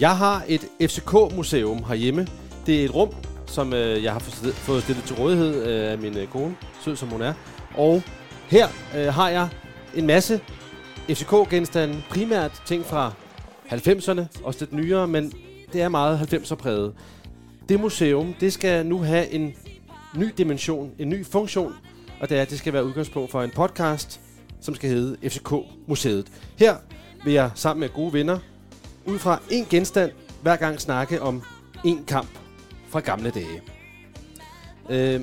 Jeg har et FCK-museum herhjemme. Det er et rum, som øh, jeg har fået stillet- fået stillet til rådighed øh, af min øh, kone, sød som hun er. Og her øh, har jeg en masse FCK-genstande, primært ting fra 90'erne, også lidt nyere, men det er meget 90'er-præget. Det museum, det skal nu have en ny dimension, en ny funktion, og det er, at det skal være udgangspunkt for en podcast, som skal hedde FCK-museet. Her vil jeg sammen med gode venner ud fra en genstand hver gang snakke om en kamp fra gamle dage. Øh,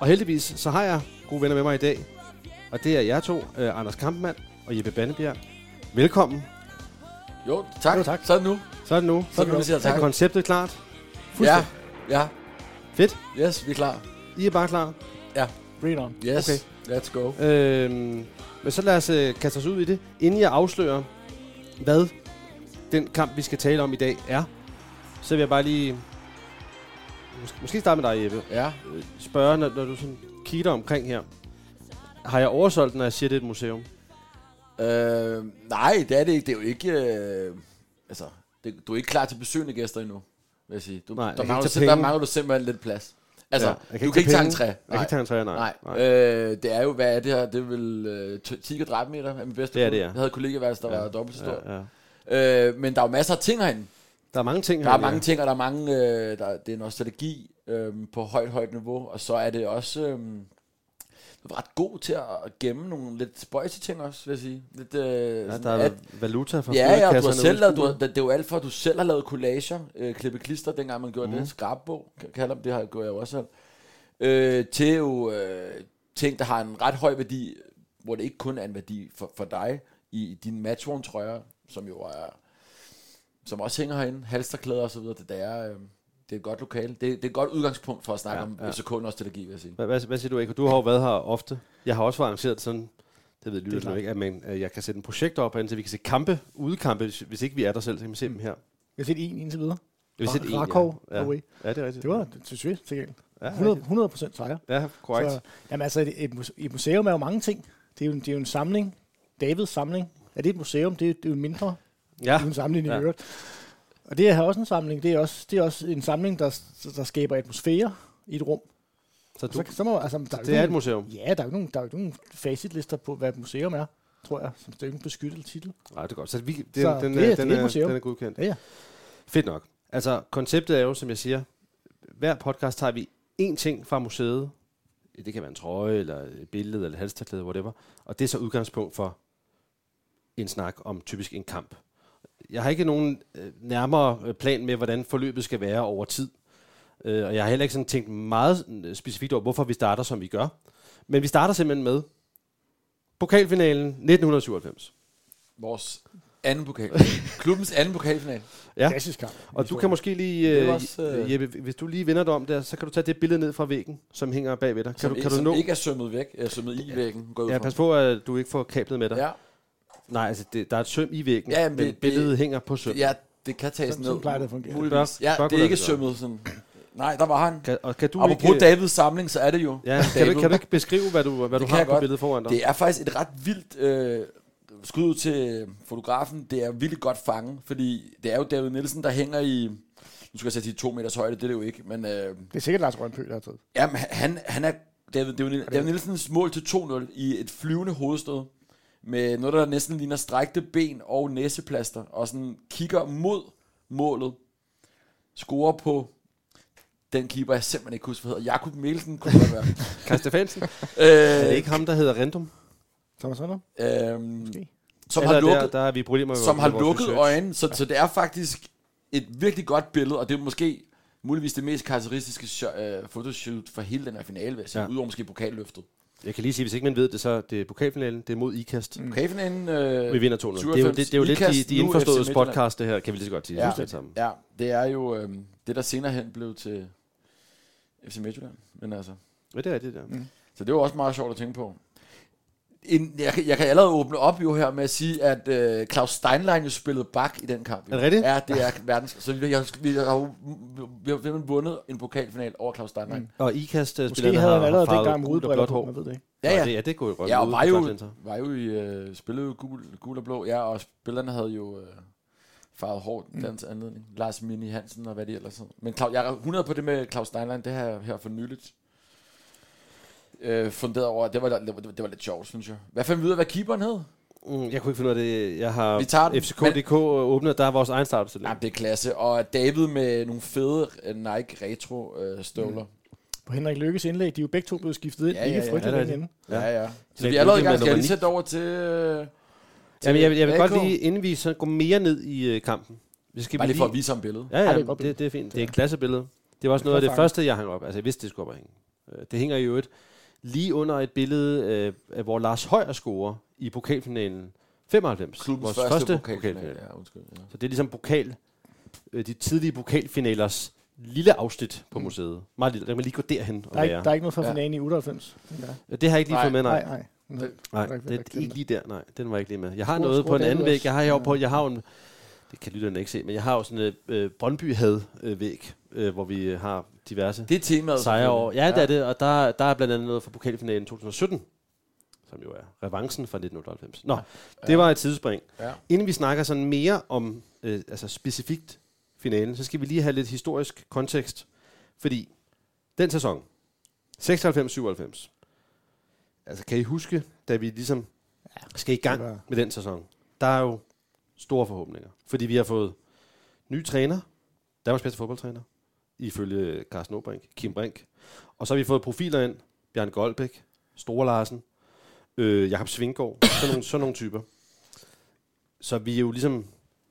og heldigvis så har jeg gode venner med mig i dag, og det er jer to, øh, Anders Kampmann og Jeppe Bandebjerg. Velkommen. Jo, tak. Jo, Jo, tak. tak. Sådan nu. Så er det nu. Så er det nu, vi siger Er tak. konceptet klart? Ja, Fuldstændig. ja. Fedt. Yes, vi er klar. I er bare klar. Read on. Yes, Okay. okay. let's go. Øhm, men så lad os øh, kaste os ud i det, inden jeg afslører, hvad den kamp, vi skal tale om i dag, er. Så vil jeg bare lige... Måske, måske starte med dig, Jeppe. Ja, Øh, Spørge, når, når du sådan kigger omkring her. Har jeg oversolgt, når jeg siger, det er et museum? Øh, nej, det er det ikke. Det er jo ikke... Øh, altså, det, du er ikke klar til besøgende gæster endnu, vil jeg sige. Du, Nej, jeg der, kan mangler, ikke du, tage sim- der penge. mangler du simpelthen lidt plads. Altså, Ja, jeg kan ja, du ikke kan ikke tage tage en træ. Nej, Jeg kan ikke tage en træer, nej. nej. nej. nej. Øh, det er jo, hvad er det her? Det er vel øh, t- 10 kvadratmeter af min bedste Det er bud. det, ja. Jeg havde kollegaværelse, der Ja, var dobbelt så stor. Ja, ja. Ja. Øh, men der er jo masser af ting herinde. Der er mange ting Der er her, mange ja. ting, og der er mange, øh, der, det er nostalgi øh, på højt, højt niveau, og så er det også øh, ret god til at gemme nogle lidt spøjse ting også, vil jeg sige. Lidt, øh, Ja, sådan der er valuta for ja, ja, og du har flyvekasserne selv ude i lavet, du har, skuret. det, det er jo alt for, at du selv har lavet collager, øh, klippe klister, dengang man gjorde mm. Mhm. det, skrabbog, kalder dem, det har gjort jeg jo også selv, øh, til jo øh, ting, der har en ret høj værdi, hvor det ikke kun er en værdi for, for dig, i din matchworn trøjer, som jo er, som også hænger herinde, halsterklæder og så videre, det, det er, øh, det er et godt lokale, det, det er et godt udgangspunkt for at snakke Ja, ja, om ja. ja. FCK-nostalgi, vil jeg sige. Hvad, hvad, hvad siger du, ikke? Du har jo været her ofte. Jeg har også fået arrangeret sådan, det ved lytterne jo ikke, at man, øh, jeg kan sætte en projekt op herinde, så vi kan se kampe, udekampe, hvis, hvis ikke vi er der selv, så kan vi se dem her. Jeg har set en indtil videre. Vi har set en, ja. Rakov, ja. away. ja, det er rigtigt. Det var, det synes vi, til gengæld. ja, 100, rigtigt. 100 procent sejr. Ja, korrekt. Så, jamen altså, et, et, muse- et museum er jo mange ting. Det er jo, en- det er jo en samling. Davids samling. Er det et museum? Det er, det er jo mindre. Ja, uden sammenligning Ja. ja. i øvrigt. Og det her er også en samling. Det er også, det er også en samling, der, der skaber atmosfære i et rum. så Du, du, så, så må, altså, der det er et museum. museum. Ja, der er jo ikke nogen, der er jo ikke nogen facitlister på, hvad et museum er, tror jeg. Som det er jo ikke en beskyttet titel. Nej, det er godt. Så, vi, den, Så den, det er- er, den, det er et er, museum. den er godkendt. Ja, ja. Fedt nok. Altså, konceptet er jo, som jeg siger, hver podcast tager vi én ting fra museet. Det kan være en trøje, eller et billede, eller et halstørklæde, whatever. Og det er så udgangspunkt for en snak om typisk en kamp. Jeg har ikke nogen øh, nærmere øh, plan med, hvordan forløbet skal være over tid. Øh, og jeg har heller ikke sådan tænkt meget øh, specifikt over, hvorfor vi starter, som vi gør. Men vi starter simpelthen med pokalfinalen 1997. Vores anden pokal. Klubbens anden pokalfinal. Ja. Klassisk kamp. Og du kan måske lige, Det øh, var også, øh, Jeppe, hvis du lige vender dig om der, så kan du tage det billede ned fra væggen, som hænger bagved dig. Kan som du, ikke, kan du som nå? ikke er sømmet væk, er sømmet i væggen, går jeg ud Ja, fra. pas på, at du ikke får kablet med dig. Ja. Ja, Nej, altså, det, der er et søm i væggen, ja, Ja, men, men men det- det- billedet hænger på søm. Ja. Ja, det kan tages Sådan- ned. sådan plejer det at fungere. Muligvis. Bør- Ja, bør det er kunne ikke lade sig sømmet sådan. Nej, der var han. Kan, og kan du Og på ikke, Davids samling, så er det jo. ja, kan, du, ikke- kan du ikke beskrive, hvad du, hvad du Det kan har jeg på godt. billedet foran dig? Det er faktisk et ret vildt øh, skud ud til øh, fotografen. Det er vildt godt fanget, fordi det er jo David Nielsen, der hænger i... Nu skal jeg så sige to meters højde, det er det jo ikke, men... Øh, Det er sikkert Lars Rønpø, der har taget. Jamen, han, han er David, David, David Nielsens mål til 2-0 i et flyvende hovedstød med noget, der næsten ligner strækte ben og næseplaster, og sådan kigger mod målet, scorer på den keeper, jeg simpelthen ikke husker, hvad hedder. Jakob Mielsen kunne det godt være. Karl Stefansen? er det øh, ikke ham, der hedder Rendum? Thomas Rønner, øhm, måske. som Eller har lukket, der, der er vi i problemer med som vores- har med vores lukket research. øjnene, så, så det er faktisk et virkelig godt billede, og det er måske muligvis det mest karakteristiske sho- øh, fotoshoot for hele den her finale, vil jeg sige, Ja. ja. udover måske pokalløftet. Jeg kan lige sige, hvis ikke man ved det, så det er pokalfinalen, det er mod IKAST. Mm. Pokalfinalen, øh, Vi vinder 2-0. Det er jo, det, det er jo lidt de, IKAST, de nu indforståede FC Midtjylland. podcast, det her, kan vi lige så godt sige. Ja. Det sammen. Ja, det er jo øh, det, der senere hen blev til FC Midtjylland. Men altså, Ja, det er rigtigt, ja. så det var også meget sjovt at tænke på. En, jeg, kan- jeg kan allerede åbne op jo her med at sige, at øh, Claus Steinlein jo spillede bak i den kamp. Jo. Er det rigtigt? Ja, det er verdens... Så vi har, vi har, jo- vi har simpelthen vundet en pokalfinal over Claus Steinlein. Mm. Og IKAST-spillerne Måske har, havde han har allerede farvet dengang med gult og blåt udbriller på, hår. man ved det ikke. Ja, ja. Og det, ja, det kunne jo godt Ja, og lyde var jo- klart, Linser. var jo i, øh, spillede jo gul, gul og blå, ja, og spillerne havde jo øh, farvet hår, mm. dans anledning. Lars Mini Hansen og hvad det ellers hedder. Men Claus, jeg er 100 på det med Claus Steinlein, det her, her for nyligt. Øh, funderet over, det var, det, var, det var lidt sjovt, synes jeg. Hvad fandt vi ud af, hvad keeperen hed? Mm, jeg kunne ikke finde ud af det. Jeg har Vi tager den, FCK.dk åbnet, der er vores egen startopstilling. Nej, det er klasse. Og David med nogle fede øh, Nike retro øh, støvler. Mm. På Henrik Lykkes indlæg, de er jo begge to blevet skiftet ind. Ja, Ja, ja, ja, ja, ikke frygteligt det ja, er ja, Ja. Ja, ja. Så Men vi er allerede i det er gang. Skal jeg nummer lige sætte over til... øh, til Jamen, jeg, jeg vil AK? godt lige, inden vi så går mere ned i øh, kampen. Vi skal Bare vi lige for at vise ham billedet. Ja, ja, Ej, det er et godt det, billede. det, er fint. Det er et klassebillede. Det var også Det er noget af det flot fanget. første, jeg hang op. Altså, jeg vidste, det skulle op at hænge. Øh, Det hænger jo et lige under et billede, øh, af, hvor Lars Højer scorer i pokalfinalen 95. Klubbens vores første, første pokalfinale. pokalfinale. Ja, undskyld. Ja. Så det er ligesom pokal, øh, de tidlige pokalfinalers lille afsnit på Mm. museet. Meget lille. Der kan man lige gå derhen og Der, er ikke, være. der er ikke noget fra Ja. finalen i 98. tænker jeg. Det har jeg ikke lige Nej, fået med, nej. Nej, nej. Det- Nej, Der er ikke- det der er er ikke ikke lige der. Nej, den var ikke lige med. Jeg har Stor- noget stor på en David anden væg. også. Jeg har heroppe på, Ja. jeg har jo en, det kan lytterne ikke se, men jeg har jo sådan en øh, Brøndby had øh, væg, øh, hvor vi øh, har diverse Det er temaet. sejre over. Ja, selvfølgelig. det er det, og der, der er blandt andet noget fra pokalfinalen 2017, som jo er revancen fra 1998. Nå, det var et tidsspring. Ja. Inden vi snakker sådan mere om øh, altså specifikt finalen, så skal vi lige have lidt historisk kontekst. Fordi den sæson, 96-97, altså kan I huske, da vi ligesom skal i gang det var- med den sæson, der er jo store forhåbninger. Fordi vi har fået ny træner, Danmarks bedste fodboldtræner, ifølge Carsten Åbrink, Kim Brink. Og så har vi fået profiler ind, Bjørn Goldbæk, Store Larsen, øh, Jakob Svinggaard, sådan nogle, sådan nogle typer. Så vi er jo ligesom,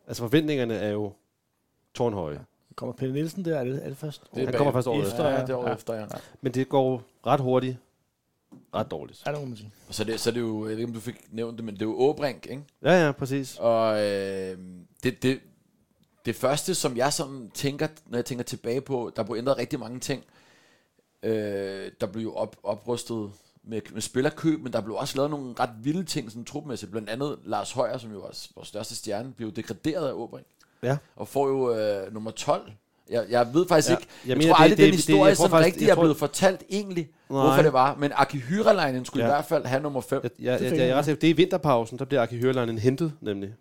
altså forventningerne er jo tårnhøje. Kommer Pelle Nielsen der? Er det, er det først? Det er Han kommer bag- først året efter. efter. Ja, det er året Ja. efter, ja. Men det går ret hurtigt, ret dårligt. Ja, det må man sige. Så det, så det er jo, jeg ved ikke, om du fik nævnt det, men det er jo Åbrink, ikke? Ja, ja, præcis. Og øh, det, det, det første, som jeg sådan tænker, når jeg tænker tilbage på, der blev ændret rigtig mange ting. Øh, der blev jo op, oprustet med, med spillerkøb, men der blev også lavet nogle ret vilde ting sådan trupmæssigt. Blandt andet Lars Højer, som jo var vores største stjerne, blev jo degraderet af Åbrink. Ja. Og får jo øh, nummer 12. Jeg, jeg ved faktisk Ja. ikke, jeg, Jeg jeg mener, tror det- aldrig, det- den det- historie jeg tror sådan faktisk- rigtig jeg er tror- blevet fortalt egentlig, Nej. hvorfor Nej. det var. Men Aki Hyrelainen skulle Ja. i hvert fald have nummer 5. Jeg, jeg, jeg, fik jeg, jeg. jeg, jeg, det er i vinterpausen, der bliver Aki Hørleinen hentet, nemlig.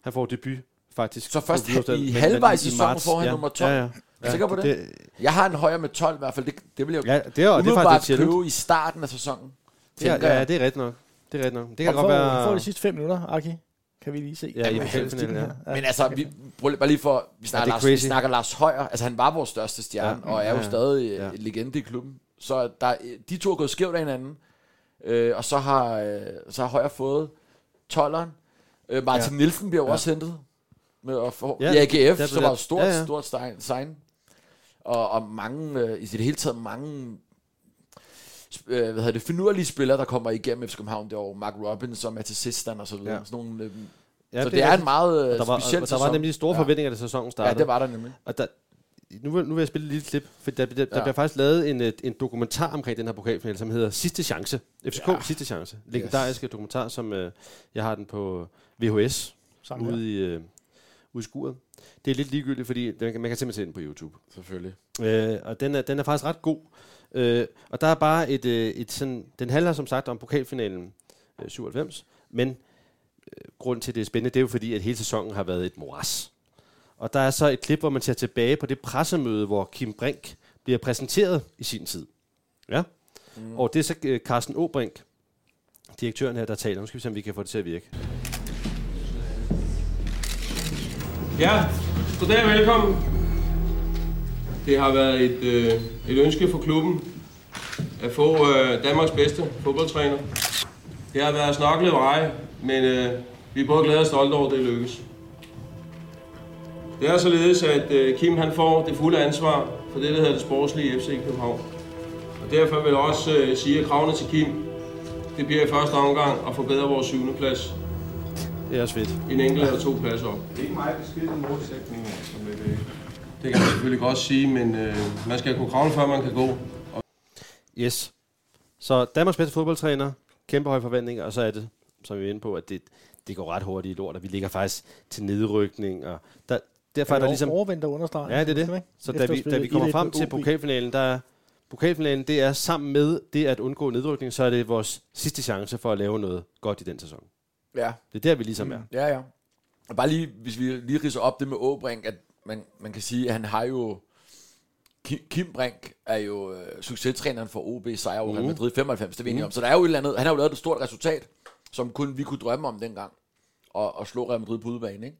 Han får debut, faktisk. Så først på Hvidovre i Stadion, halvvejs i i sæsonen marts. får han nummer 12. Ja, ja. Er du sikker på det? Det, Jeg har en højere med 12 i hvert fald. Det, det vil jeg jo ja, det, er, og det er faktisk lidt umiddelbart sjældent. købe i starten af sæsonen. Det er, tænker ja, jeg. det er rigtigt nok. Det er rigtigt nok. Det kan Det kan godt være... Får de sidste fem minutter, Aki? Kan vi lige se? Ja, i Hvad er pokalfinalen, statistikken ja. her? Men altså, vi, prøv lige- bare lige for, vi snakker, det er Lars, vi crazy. snakker Lars Højer, altså han var vores største stjerne, Ja, og er jo ja, stadig ja. ja. en legende i klubben. Så der, de to er gået skævt af hinanden, øh, og så har, øh, så har Højer fået 12'eren. Øh, Martin ja. Nielsen bliver jo Ja. ja. også hentet med, og for, Ja, ja, i AGF, der så blev var der- jo stort, ja, ja. ja, stort sign. sign. Og, og mange, øh, i det hele taget mange sp- øh, hvad hedder det, finurlige spillere, der kommer igennem FC København derovre. Mark Robbins og Mathis Sistan og så videre. Ja. Ja. Sådan nogle, øh, Ja, så det, det er en rigtigt. meget Og øh, der var, speciel og, der sæson. var nemlig store Ja. forventninger, da sæsonen startede. Ja, det var der nemlig. Og der, nu, vil, nu vil jeg spille et lille klip, for der, der, der Ja. bliver faktisk lavet en, øh, en dokumentar omkring den her pokalfinale, som hedder Sidste Chance. FCK ja. Ja. Sidste Chance. Legendariske yes. dokumentar, som øh, jeg har den på øh, VHS Sammen her. ude i, øh, ude i skuret. Det er lidt ligegyldigt, fordi den, kan- man kan simpelthen se den på YouTube. Selvfølgelig. Øh, og den er, den er faktisk ret god. Øh, og der er bare et, øh, et sådan, den handler som sagt om pokalfinalen øh, 97, men øh, grund til, at det er spændende, det er jo fordi, at hele sæsonen har været et moras. Og der er så et klip, hvor man ser tilbage på det pressemøde, hvor Kim Brink bliver præsenteret i sin tid. Ja? Mm. Og det er så øh, Carsten Åbrink, direktøren her, der taler. Nu skal vi se, om vi kan få det til at virke. Ja, goddag og velkommen. Det har været et, øh, et ønske for klubben at få øh, Danmarks bedste fodboldtræner. Det har været snoklet veje, men øh, vi er både glade og stolte over, at det er lykkes. Det er således, at øh, Kim han får det fulde ansvar for det, der hedder det sportslige FC København. Og derfor vil jeg også øh, sige, at kravene til Kim, det bliver i første omgang at forbedre vores syvende plads Det er også fedt. en enkelt eller to pladser op. Det er ikke meget beskidte målsætninger, som det er. Det kan man selvfølgelig godt sige, men øh, man skal kunne kravle, før man kan gå. Yes. Så Danmarks bedste fodboldtræner, kæmpe høje forventninger, og så er det, som vi er inde på, at det, det går ret hurtigt i lort, og vi ligger faktisk til nedrykning, og der, derfor er der ligesom... Overvendt og understreget. Ja, det er det. Så da vi, da vi kommer frem til pokalfinalen, der er, pokalfinalen, det er sammen med det at undgå nedrykning, så er det vores sidste chance for at lave noget godt i den sæson. Ja, Det er der, vi ligesom er. ja, ja. Og bare lige, hvis vi lige ridser op det med Åbrink, at man, man kan sige, at han har jo... Ki- Kim Brink er jo øh, succestræneren for OB sejr over Real Madrid 95, det er vi enige om. Så der er jo et eller andet, han har jo lavet et stort resultat, som kun vi kunne drømme om dengang, og, og slå Real Madrid på udebane, ikke?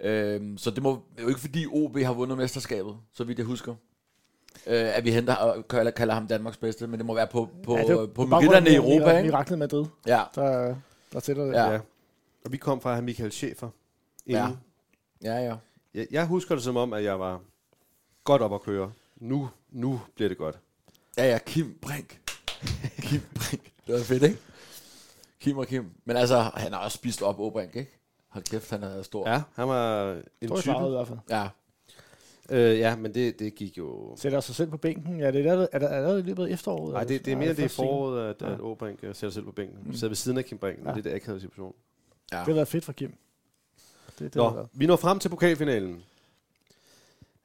Øhm, så det må det er jo ikke fordi OB har vundet mesterskabet, så vidt jeg husker. Øh, at vi henter og kalder, kalder ham Danmarks bedste, men det må være på, på, ja, på, på meritterne i Europa, Vi ikke? raknede Madrid, Ja, der, der sætter det. Ja. Ja. Ja. Og vi kom fra her Michael Schäfer. Ja. inden. ja, ja. Jeg, jeg husker det som om, at jeg var godt op at køre. Nu, nu bliver det godt. Ja, ja, Kim Brink. Kim Brink. Det var fedt, ikke? Kim og Kim. Men altså, han har også spist op Åbrink, ikke? Hold kæft, han er stor. Ja, han var en Tror type. jeg svarede i hvert fald. ja. Øh, ja, men det, det gik jo... Sætter sig selv på bænken. Ja, det er lavet, er der, er der i løbet af efteråret? Nej, det, det er mere det i foråret, at, Ja. at Åbrink øh, sætter sig selv på bænken. Mm. Sidder ved siden af Kim Brink. Ja. Det er det akavede situation. Det har været fedt for Kim. Det, det har Nå, været. vi når frem til pokalfinalen.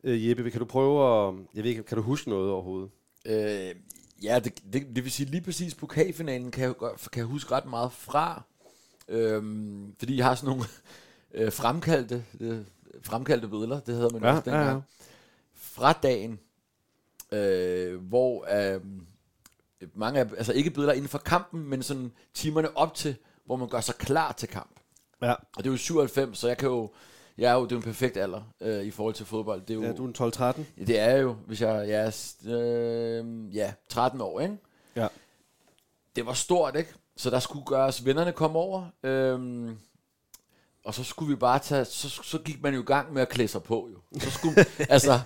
Øh, Jeppe, kan du prøve at... Jeg ved ikke, kan du huske noget overhovedet? Øh, ja, det, det, det vil sige lige præcis pokalfinalen kan jeg, godt- kan jeg huske ret meget fra, øhm, fordi jeg har sådan nogle øh, fremkaldte, øh, fremkaldte billeder, det hedder man Ja, også dengang, ja, ja. fra dagen, øh, hvor øh, mange af, altså ikke billeder inden for kampen, men sådan timerne op til, hvor man gør sig klar til kamp. Ja, Og det er jo 97, så jeg kan jo, jeg er jo, det er jo en perfekt alder øh, i forhold til fodbold. Det er jo, ja du er en 12-13. Ja, Det er jeg jo, hvis jeg, jeg er s- øh, ja, 13 år, ikke? Ja. Det var stort, ikke? Så der skulle gøres, vennerne kom over, øhm, og så skulle vi bare tage, så, så gik man jo i gang med at klæde sig på, jo. Så skulle, altså,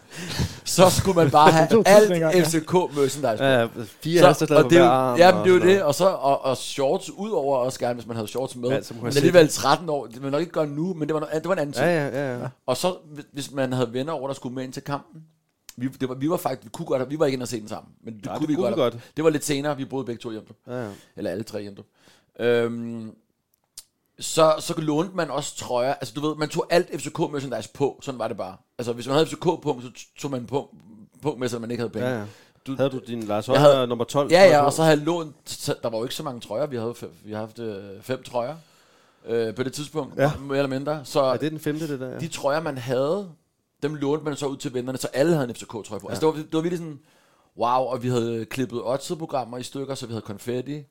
så skulle man bare Det tog have tid dengang, ja. alt FCK merchandise. Ja, fire Så, halsterklæder på og det er hver jo, arm. ja, men det er jo sådan det, og, så, og, og shorts udover også gerne, hvis man havde shorts med. Ja, så kunne men jeg se alligevel 13 år, det vil man nok ikke gøre nu, men det var, no- det var en anden ting. Ja, ja, ja. ja. Og så, hvis- hvis man havde venner over, der skulle med ind til kampen, vi, det var, vi var faktisk, vi kunne godt, vi var ikke inde og se den sammen, men det, Nej, kunne, vi, godt, godt. Det var lidt senere, vi boede begge to hjemme, Ja, ja. eller alle tre hjemme. Øhm, så, så lånte man også trøjer, altså du ved, man tog alt FCK merchandise på, sådan var det bare. Altså hvis man havde FCK på, så tog man på, på med, så man ikke havde penge. ja, ja. Du- Havde du din Lars Jeg Højer havde- havde... nummer 12? Ja, ja, trøje på? og så havde jeg lånt, så der var jo ikke så mange trøjer, vi havde, fem, vi havde haft øh, fem trøjer øh, på det tidspunkt, Ja. ja. mere eller mindre. Så Er det den femte, det der? Ja. de trøjer, man havde, dem lånte man så ud til vennerne, så alle havde en FCK-trøje på. Ja. Altså, det var, det var virkelig sådan, wow, og vi havde klippet odds-programmer i stykker, så vi havde konfetti.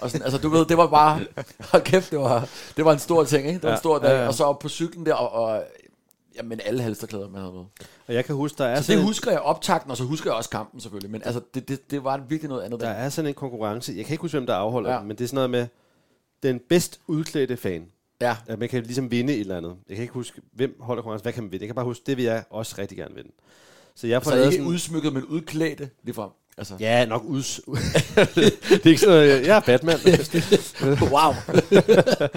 Og sådan, altså, du ved, det var bare, hold kæft, det var, det var en stor ting, ikke? Det var ja. en stor dag. Ja, ja. Og så op på cyklen der, og, og jamen, alle halsterklæder, man havde med. Og jeg kan huske, der er, Altså, sådan det en, husker jeg optakten, og så husker jeg også kampen selvfølgelig. Men altså, det, det, det var virkelig noget andet. der Ja. er sådan en konkurrence. Jeg kan ikke huske, hvem der afholder ja. Ja. den, men det er sådan noget med, den bedst udklædte fan. ja. At man kan ligesom vinde et eller andet. Jeg kan ikke huske, hvem holder konkurrencen. Hvad kan man vinde? Jeg kan bare huske, det vil jeg også rigtig gerne vinde. Så jeg får Så lavet ikke sådan... udsmykket, men udklædte ligefrem. Altså, ja. Ja, nok uds... det er ikke sådan noget, jeg er Batman. wow.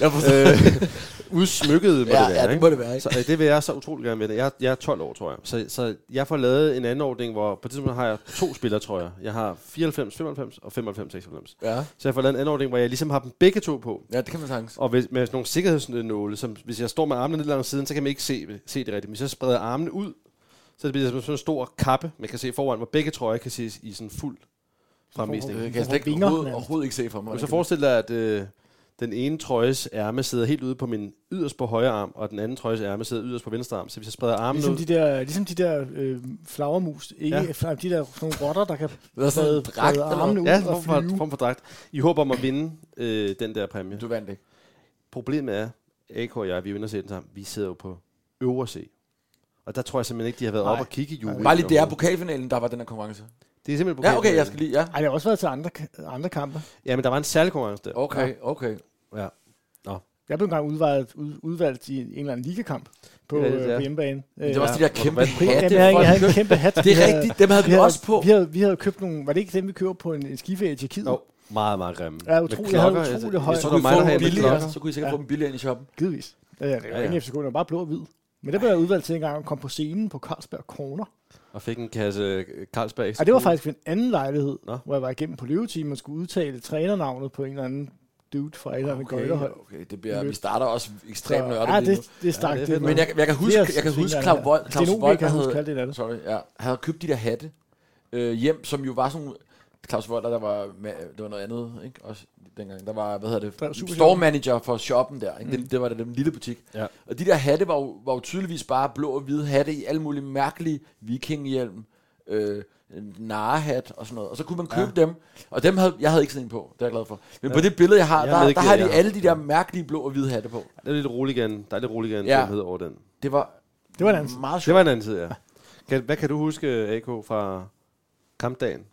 jeg forstår. Øh, Udsmykket må det ja, være, ja, det ikke? må det være, ikke? Så øh, det vil jeg så utrolig gerne vinde. Jeg, jeg er 12 år, tror jeg. Så, så jeg får lavet en anden ordning, hvor på det tidspunkt har jeg to spillere, tror jeg. Jeg har 94, 95 og 95, 96. Ja. Så jeg får lavet en anden ordning, hvor jeg ligesom har dem begge to på. Ja, det kan man sagtens. Og hvis, med sådan nogle sikkerhedsnåle, som hvis jeg står med armene lidt langt siden, så kan man ikke se, se det rigtigt. Men så spreder jeg armene ud, så det bliver som sådan en stor kappe, man kan se foran, hvor begge trøjer kan ses i sådan fuld Det fremvisning. kan Hvorfor jeg slet ikke vinger den overhovedet, altså? overhovedet ikke se for mig. Og så forestil dig, at øh, den ene trøjes ærme sidder helt ude på min yderst på højre arm, og den anden trøjes ærme sidder yderst på venstre arm. Så hvis jeg spreder armene Ligesom ligesom ud... de der, ligesom de der øh, flagermus, ikke? Ja. Ja. De der sådan nogle rotter, der kan Hvad er sådan en brede- dragt, brede eller armene hvad? ja, ud ja, en og form for, flyve. form for dragt. I håber om at vinde øh, den der præmie. Du vandt ikke. Problemet er, AK og jeg, vi er jo inde og se den sammen, vi sidder jo på øvre C. Og der tror jeg simpelthen ikke, de har været Nej. oppe og kigge i juryen. Bare lige, det er pokalfinalen, der var den her konkurrence. Det er simpelthen Ja, okay, pokalfinalen. jeg skal lige, ja. Ej, det har også været til andre, andre kampe. Ja, men der var en særlig konkurrence der. Okay, okay. Ja. Jeg blev engang udvalgt, ud, udvalgt i en eller anden ligakamp på, Det er rigtigt, øh, ja. på hjemmebane. Men det var Øh, også de der kæmpe Hvorfor vandt ja, hatte. jeg, havde, jeg havde en folk. kæmpe hat. Det Vi er havde- rigtigt, dem havde vi havde- også på. Vi havde, vi havde købt nogle... Var det ikke dem, vi købte på en, en skiferie i Tjekkiet? Nå, meget, meget grimme. Ja, utrolig- jeg havde klokker. altså, utrolig høj- Jeg Så tror, kunne det I var mig, få der dem havde med billigere, klokker. så kunne I sikkert Ja. få dem billigere ind i shoppen. Givetvis. Øh, det var Ja, ja, ja. ja. FCK, den var bare blå og hvid. Men der blev jeg udvalgt til en gang at komme på scenen på Carlsberg Kroner. Og fik en kasse øh, Carlsberg ekstra. Og det var faktisk ved en anden lejlighed, Nå. Nå. hvor jeg var igennem på løveteam og skulle udtale trænernavnet på en eller anden dude fra et eller andet okay. Okay, gøjlerhold. okay, det bliver, vi starter også ekstremt nørdet ja, lige nu. det, det stak det er ja, fedt, det. Men jeg, jeg kan huske, jeg kan huske Claus Vold, Claus Claus Vold, Vold, kan der jeg huske havde, alt det der. sorry, ja, havde købt de der hatte øh, hjem, som jo var sådan Claus Volder, der var, ma- det var noget andet, ikke? Også dengang. Der var, hvad hedder Drev det, Supershoppen. store manager for shoppen der. Ikke? Det, det, var da den lille butik. Ja. Og de der hatte var jo, var jo tydeligvis bare blå og hvide hatte i alle mulige mærkelige vikinghjelm, øh, en narhat og sådan noget. Og så kunne man købe ja. dem, og dem havde, jeg havde ikke sådan en på, det er jeg glad for. Men ja. på det billede, jeg har, Jeg der, medgiver, der har de jeg har. alle de der mærkelige blå og hvide hatte på. Der er lidt rolig igen. Der er lidt rolig igen, Ja. ja. hed over den. Det var, Det var en anden. meget Det sjovt. var en anden tid, ja. Kan, hvad kan du huske, AK, fra kampdagen?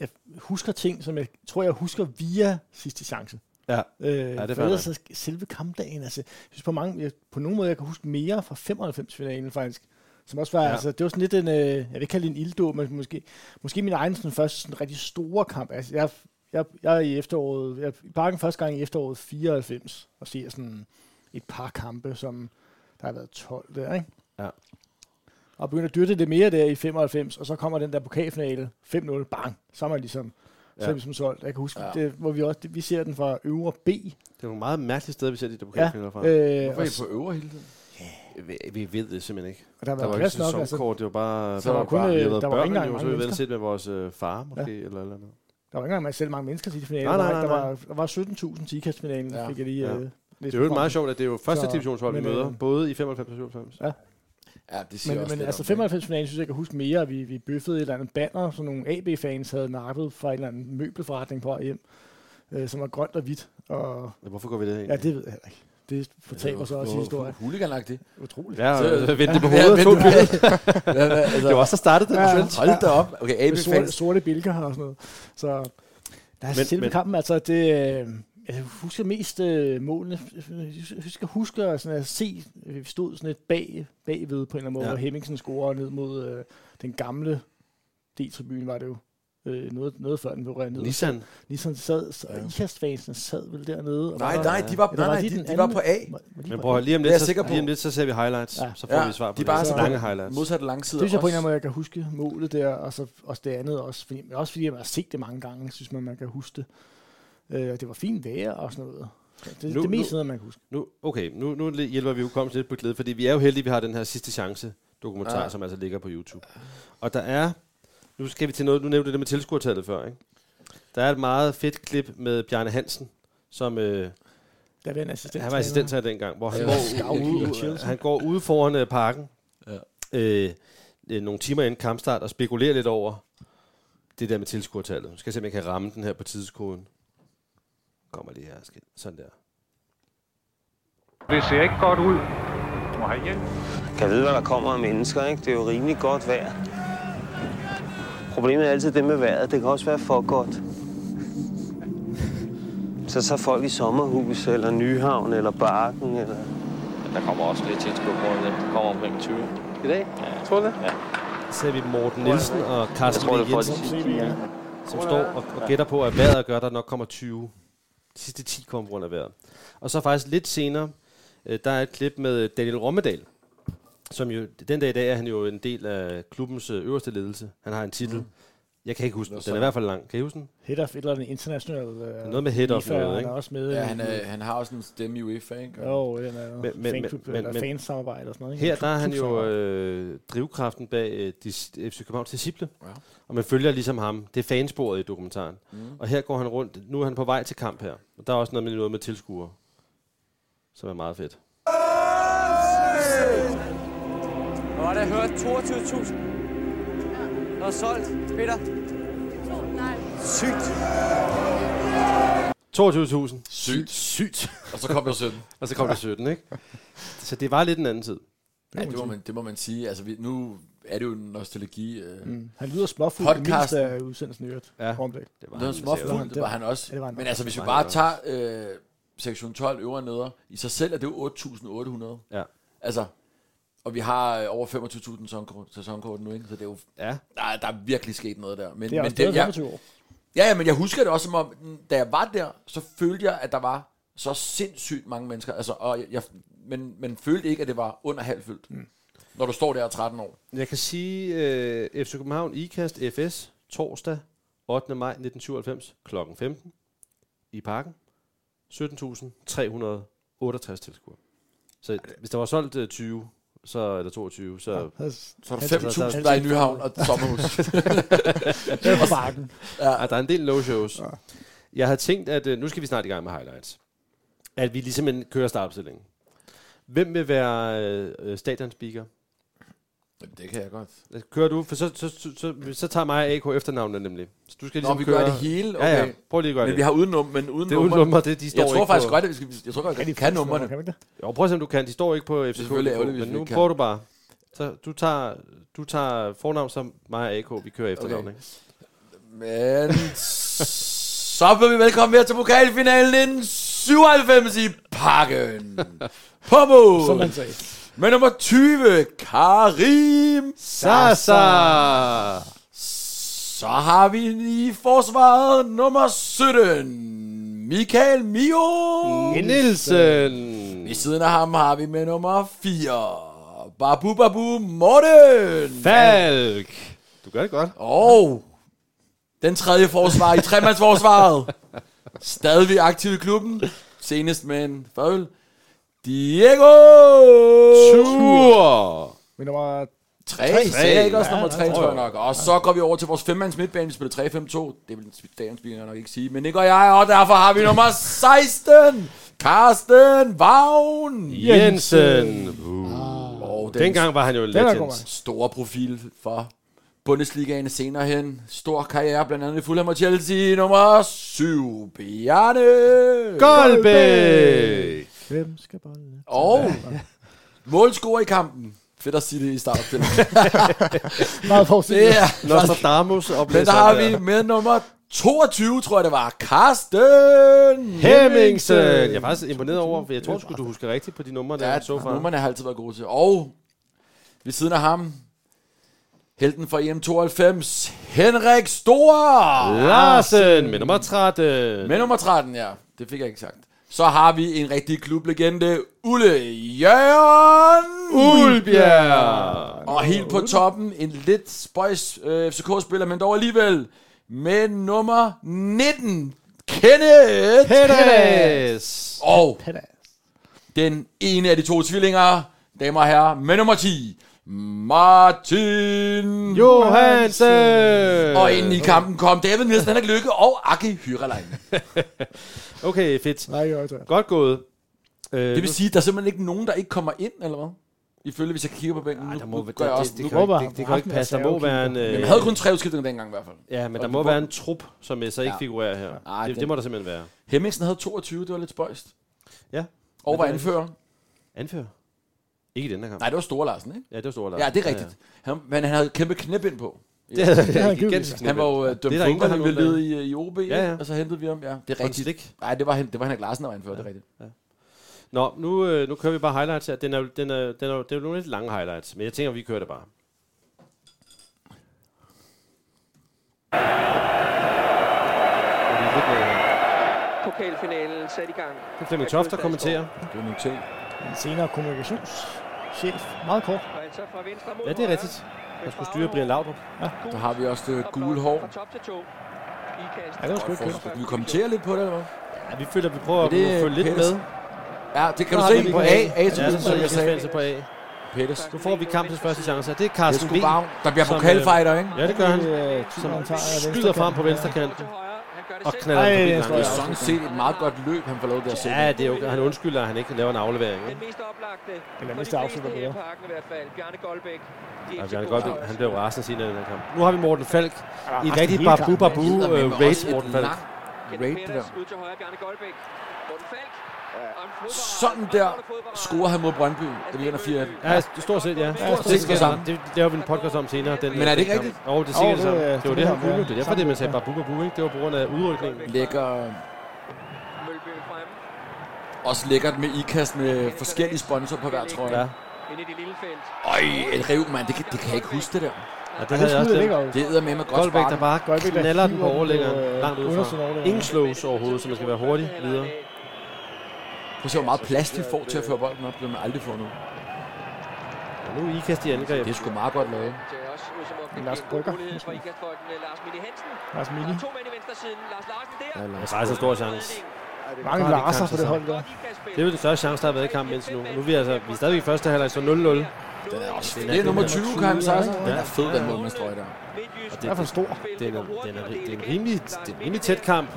Jeg husker ting, som jeg tror, jeg husker via sidste chance. Ja. Øh, ja, det er det for ellers fair så selve kampdagen, altså, jeg synes på, mange, jeg, på nogen måde, jeg kan huske mere fra 95-finalen faktisk, som også var, Ja. ja. altså, det var sådan lidt en, øh, jeg vil ikke kalde det en ilddåb, men måske, måske min egen sådan, første sådan rigtig store kamp. Altså, jeg, jeg, jeg er i efteråret, jeg er i parken første gang i efteråret 94, og ser sådan et par kampe, som der har været 12 der, ikke? Ja. Og begynder at dyrte det mere der i 95, og så kommer den der pokalfinale, 5-0, bang, så er man ligesom, ja. så er Ja. vi som solgt. Jeg kan huske, Ja. ja. det, hvor vi også, det, vi ser den fra øvre B, Det er nogle meget mærkelige steder, vi ser de der pokalfingre fra. Øh, Hvorfor og, er I på øvre hele tiden? Vi, vi ved det simpelthen ikke. og der Der var, var var ikke plads nok, altså, sæsonkort, det var bare... Så der var kun, vi havde øh, været der var børn, ikke engang jo, Så mange vi havde mennesker. set med vores øh, far, måske, ja. eller eller andet. der var ikke engang selv mange mennesker til de finale. Nej, nej, der, var, nej, der, var, der var 17.000 til ikastfinalen, Ja. ja. fik jeg lige Ja. ja. øh, Det er jo meget sjovt, at det er jo første Så- divisionshold, vi men, øh, møder, både i 95 og 97. Ja. Ja, det siger Men, også men lidt altså om det. 95-finalen synes jeg, jeg kan huske mere, at vi, vi bøffede et eller andet banner, som nogle AB-fans havde nappet fra en eller anden møbelforretning på vej hjem, øh, som var grønt og hvidt. Og, Ja, Hvorfor går vi det egentlig? ja, det ved jeg heller ikke. Det Øh, fortaber så også i historien. Huliganagtigt. Utroligt. Ja, Så- øh, vente på Ja, hovedet. vent få nu. billedet. Hvad- hvad- altså, Det var også der startede den Ja. trend. Hold da op. Okay, Med Abel sorte, fans. sorte bilker og sådan noget. Så der er Men- men, selve men- men, kampen, altså det... øh, Jeg husker mest øh, målene. Jeg husker, husker at sådan at se, øh, vi stod sådan lidt bag, bagved på en eller anden måde, Ja. ja. hvor Hemmingsen scorer ned mod øh, den gamle D-tribune, var det jo. Øh, noget, noget før den blev røget ned. Nissan. Nissan sad, så Ja. ja. Ikast-fansene sad vel dernede. Og Nej, var- nej, de var, Eller nej, var nej, de de, den de var anden? på A. var- var de Men på- prøv at- lige om Det er lidt, jeg sikker så, på. lige om lidt, så ser vi highlights. Ja. Så får Ja, vi svar på de er det. bare Så sådan- lange highlights. Modsat langside Det synes jeg på en eller anden også. måde, jeg kan huske målet der, og så også det andet også. Fordi, men også fordi, man har set det mange gange, synes man, man kan huske det. Øh, og det var fint vejr og sådan noget. Så Det er Nu- det meste, nu- noget, man kan huske. Nu, okay, nu, nu li- hjælper vi hukommelsen lidt på glæde, fordi vi er jo heldige, at vi har den her sidste chance dokumentar, Ja. ja. som altså ligger på YouTube. Og der er, nu skal vi til noget, nu nævnte du det med tilskuertallet før, ikke? Der er et meget fedt klip med Bjarne Hansen, som øh, Der var en assistent. han var assistent her dengang, hvor han, Ja. går, Scout i ude, ude, Chelsea. han går ude foran øh, parken Ja. øh, øh, nogle timer inden kampstart og spekulerer lidt over det der med tilskuertallet. Nu skal jeg se, om jeg kan ramme den her på tidskoden. Kommer lige her. skal- Sådan der. Det ser ikke godt ud. Må have hjælp. Kan vide, hvad der kommer af mennesker, ikke? Det er jo rimelig godt vejr. Problemet er altid det med vejret. Det kan også være for godt. Så tager folk i sommerhus, eller Nyhavn, eller Barken, eller... Der kommer også lidt tilskud på det. Der kommer omkring 20. I dag? Tror du det? Ja. ser vi Morten Nielsen og Carsten tror, det Lee er for Jensen, de som står og, og gætter på, at vejret gør, at der nok kommer 20. De sidste 10 kommer på grund af vejret. Og så faktisk lidt senere, øh, der er et klip med Daniel Rommedal, som jo, den dag i dag er han jo en del af klubbens øh, øverste ledelse. Han har en titel. Mm. Jeg kan ikke huske den. Den er i hvert fald lang. Kan I huske den? Head of et eller andet internationalt. Øh, Noget med head of FIFA, noget, Han ikke? er også med. Ja, han, øh, han har også en stemme i UEFA, ikke? Og- Jo, den er Men- men- men, fanklub, men- men, eller men- fansamarbejde og sådan noget. Ikke? Her der er han jo Klubsamarbejde. øh, drivkraften bag øh, dis, FC Københavns disciple. Ja. Ja. Og man følger ligesom ham. Det er fansporet i dokumentaren. Mm. Og her går han rundt. Nu er han på vej til kamp her. Og der er også noget med, noget med tilskuere, som er meget fedt. Hvor har jeg hørt 22.000? Der er solgt, Peter. Sygt. 22.000. Sygt. Sygt. Og så kom der 17. Og så kom der 17, ikke? Så det var lidt en anden tid. Ja, det må man, det må man sige. Altså, vi, nu er det jo en nostalgi. Øh. Mm. Han lyder småfuld i mindst Podcasten. af udsendelsen i øvrigt. Ja. Ja. Det Det var en småfuld, det var han også. det var han Men også. altså, hvis vi Det var bare han tager øh, sektion 12 øvre og nedre, i sig selv er det jo 8.800. Ja. Altså, og vi har øh, over 25.000 sæsonkort- sæsonkort nu, ikke? Så det er jo, Ja. der, der er virkelig sket noget der. Men, Det er men også stadig jeg- 25 år. Ja, ja, men jeg husker det også som om, mm, da jeg var der, så følte jeg, at der var så sindssygt mange mennesker. Altså, og jeg, jeg, men, men følte ikke, at det var under halvfyldt. Mm. Når du står der og er 13 år. Jeg kan sige, øh, FC København IKAST FS torsdag 8. maj 1997 kl. 15 i parken. 17.368 tilskuere. Så hvis der var solgt øh, 20, så, eller 22, så... Ja. Altså, Så er der Altså, 5.000, der der er- er i Nyhavn og et sommerhus. det er på bakken. Ej, der er en del no-shows. Ja. Jeg havde tænkt, at øh, nu skal vi snart i gang med highlights. At vi ligesom en kører startopstillingen. Hvem vil være øh, øh, stadionspeaker? Jamen, det kan jeg godt. Kører du? For så, så, så, så, så tager mig og AK efternavnet nemlig. Så du skal Nå, ligesom vi køre... gør det hele, Okay. Ja, okay. ja. Prøv lige at gøre Men det. vi har uden, num- men uden det er uden nummer. nummer, det, de står Jeg tror ikke faktisk på. godt, at vi skal, jeg tror godt, at vi kan nummerne. Kan vi det? Jo, prøv at se, om du kan. De står ikke på FCK. selvfølgelig ærgerligt, hvis Men vi nu ikke prøver du bare. Så du tager, du tager fornavn som mig og AK. Vi kører efternavn, ikke? Men så bliver vi velkommen her til pokalfinalen 97 i pakken. På Som man mål sagde. med nummer 20, Karim. Sasa! Så har vi i forsvaret nummer 17, Michael Mio. Nielsen! I siden af ham har vi med nummer 4, Babu Babu Morten. Falk! Du gør det godt. Og den tredje forsvar i tremandsforsvaret. Stadigvæk aktiv i klubben. Senest med en fadøl. Diego! Tur! Men nummer... Tre, sagde jeg ikke også Ja, nummer tre, ja, tror jeg nok. Og så går vi over til vores femmands midtbane. Vi spiller 3-5-2. Det vil dagens spiller nok ikke sige. Men det gør jeg, og derfor har vi nummer 16. Carsten Vagn. Jensen! Uh. Og Ah, den Dengang var han jo var legend. god, store profil for Bundesligaen senere hen. Stor karriere, blandt andet i Fulham og Chelsea. Nummer 7, Bjarne. Goldbæk! Hvem skal bolde? Og målscorer i kampen. Fedt at sige det i starten. Meget forudsigeligt. det er Nostradamus Men oplæser. der har vi med nummer 22, tror jeg det var, Karsten Hemmingsen! Jeg er faktisk imponeret over, for jeg tror sgu, du husker rigtigt på de numre, der Ja, er så far. nummerne har altid været gode til. Og ved siden af ham, helten fra EM92, Henrik Stor. Larsen med nummer 13. Med nummer 13, ja. Det fik jeg ikke sagt. Så har vi en rigtig klublegende, Ulle Jørgen Ulbjerg. Og helt på toppen, en lidt spøjs øh, FCK-spiller, men dog alligevel med nummer 19, Kenneth Petteres. Og Pedas. den ene af de to tvillinger, damer og herrer, med nummer 10, Martin Johansen. Og ind i kampen kom David Nielsen, Henrik Lykke og Aki Hyrelein. Okay, fedt. Nej, jo, jeg tror. Godt gået. Øh, Det vil sige, der er simpelthen ikke nogen, der ikke kommer ind, eller hvad? Ifølge, hvis jeg kigger på bænken, Ej, nu, der må, nu det, gør jeg også. det, nu, det, kan jo håber ikke- det, han det på kan jo ikke aften, passe. Der at må Sergio være en... men Øh, jeg havde kun tre udskiftninger dengang i hvert fald. Ja, men Og der du må får- være en trup, som jeg så ikke Ja. figurerer her. Ej, det, det den- må der simpelthen være. Hemmingsen havde 22, det var lidt spøjst. Ja. Og Men var det er- anfører. Anfører? Ikke i den her kamp. Nej, det var Store Larsen, ikke? Ja, det var stort. Ja, det er rigtigt. Han, men han havde kæmpe knep ind på. Ja. Det havde Det er jeg angiveligt. gigantisk Han var jo øh, der dømt ingen, der for, har han ville nogen, der- lede i, i OB, Ja, ja. og så hentede vi ham. Ja, det er rigtigt. rigtigt. Nej, det var, hen, det var Henrik Larsen, der var anfører, ja. det er rigtigt. Nå, nu, øh, nu kører vi bare highlights her. Den er, jo- den er, den er, det er jo nogle lidt lange highlights, men jeg tænker, vi kører det bare. Og vi er lidt med her. Pokalfinalen sat i gang. Det er Flemming Toft, der kommenterer. Det var noteret. En senere kommunikationschef. Meget kort. Og altså fra venstre mod Ja, det er rigtigt. Han skulle styre Brian Laudrup. Der har vi også det gule hår. Fra top til to. Ikast. Ja, det var sgu ikke kønt. Skal vi kommentere lidt på det, eller hvad? Ja, vi føler, vi prøver at Men det er følge lidt Peters. med. Ja, det kan Så du har se vi på på A. A. A, Ja, så som sidder jeg sagde. jeg på A. Peters. Nu får vi kampens første chance, og det er Carsten B. Jesko Bavn, der bliver som, øh, pokalfighter, ikke? Ja, det gør han. Som Øh, øh, han tager af Skyder frem på venstrekanten. venstrekanten og knald. knalder Ej, den jeg forbi tror, Det langt. er sådan set et meget godt løb, han får lov til at sætte. Ja, det er jo, han undskylder, at han ikke laver en aflevering. Den Ikke? mest oplagte. Eller for hvis de det fleste afslutter her i bedre. Parken i hvert fald. Bjarne Goldbæk. de Ja, FCK Bjarne Goldbæk, højre. Altså, han blev rasende senere i den her kamp. Nu har vi Morten Falk i et rigtig hele babu kampen. babu Eddermame øh, race, også et Morten Falk. langt Kenneth Raid, det der. Peters ud til højre. Bjarne Goldbæk. Morten Falk. Og en fodboldrejer. Sådan der Afgående fodboldrejer. scorer han mod Brøndby, da vi vinder 4 Ja, st- stort set, ja. Stort set det samme. Det laver vi en podcast om senere. Den, Men er det den ikke kamp. rigtigt? Jo, det er sikkert Jo, det det er- samme. Det var det, han det er- googlede. Det er derfor, det, man sagde ja. babu babu, ikke? Det var på grund af udrykningen. Lækker, Mølby fremme. også lækkert med ikast med forskellige sponsorer på hver trøje. Ja, Ind i det lille Øj, felt. et rev, mand. Det, kan- det kan jeg ikke huske, det der. ja det havde jeg også Det glemt. også Det æder med mig godt Goldbæk, sparet. der bare Goldbæk, der knaller den på hiver den, overlæggeren øh, langt ud undersiden fra. overlæggeren. Ingen slows overhovedet, så man skal være hurtig videre. Prøv at se, hvor meget plads de får til at føre bolden op. Det har man aldrig fået nu. Og nu er Ikast i angreb. Det er sgu meget godt lavet. Det er også ud som om, det Lars bliver en Brygger, god mulighed for måske. Ikast-bolden. Øh, Lars Mini Hansen. Lars Der Mini. er to mænd i venstre siden. Lars Larsen der. Ja, Det er altså en stor chance. Mange Har de Larser kanter på det så? hold der. Det er jo den største chance, der har været i kampen indtil nu. Nu er vi altså vi er stadigvæk i første halvleg, så 0-0. Den er også fed. Den er- Det er nummer den er 20, nummer 20, Karim Seiser. ikke? Den er fed, den målmandstrøje der. Og Den er for stor. Den er, den er, det er en rimelig, det er en rimelig tæt kamp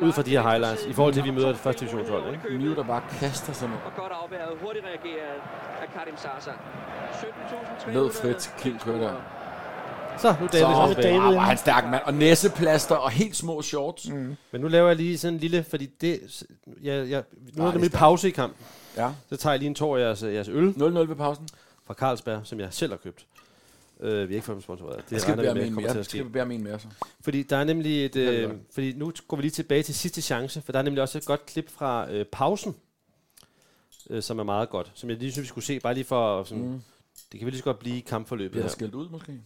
ud fra de her highlights, i forhold til, at vi møder det første divisionshold. Ikke? Miu, der bare kaster sig ned. Og godt afværet, hurtigt reageret af Karim Sasa. 17.300. Ned frit, Kim kører der. Så, nu er ligesom David Så også er bag. David. David. Ah, var han stærk mand. Og næseplaster og helt små shorts. Mm. Men nu laver jeg lige sådan en lille, fordi det, jeg, jeg, nu er er der nemlig stærkt. pause i kampen. Ja. Så tager jeg lige en tår af jeres, jeres øl 0-0 ved pausen. fra Carlsberg, som jeg selv har købt. Øh, vi har ikke fået dem sponsoreret. Det Jeg skal regner bære vi med, min kommer til mere. at Skal ske. vi bære min mere så? Fordi der er nemlig et, er øh, godt. fordi nu går vi lige tilbage til sidste chance, for der er nemlig også et godt klip fra øh, pausen, øh, som er meget godt, som jeg lige synes, vi skulle se, bare lige for sådan, mm. det kan vi lige så godt blive i kampforløbet Bliver her. der skældt ud måske? Jamen,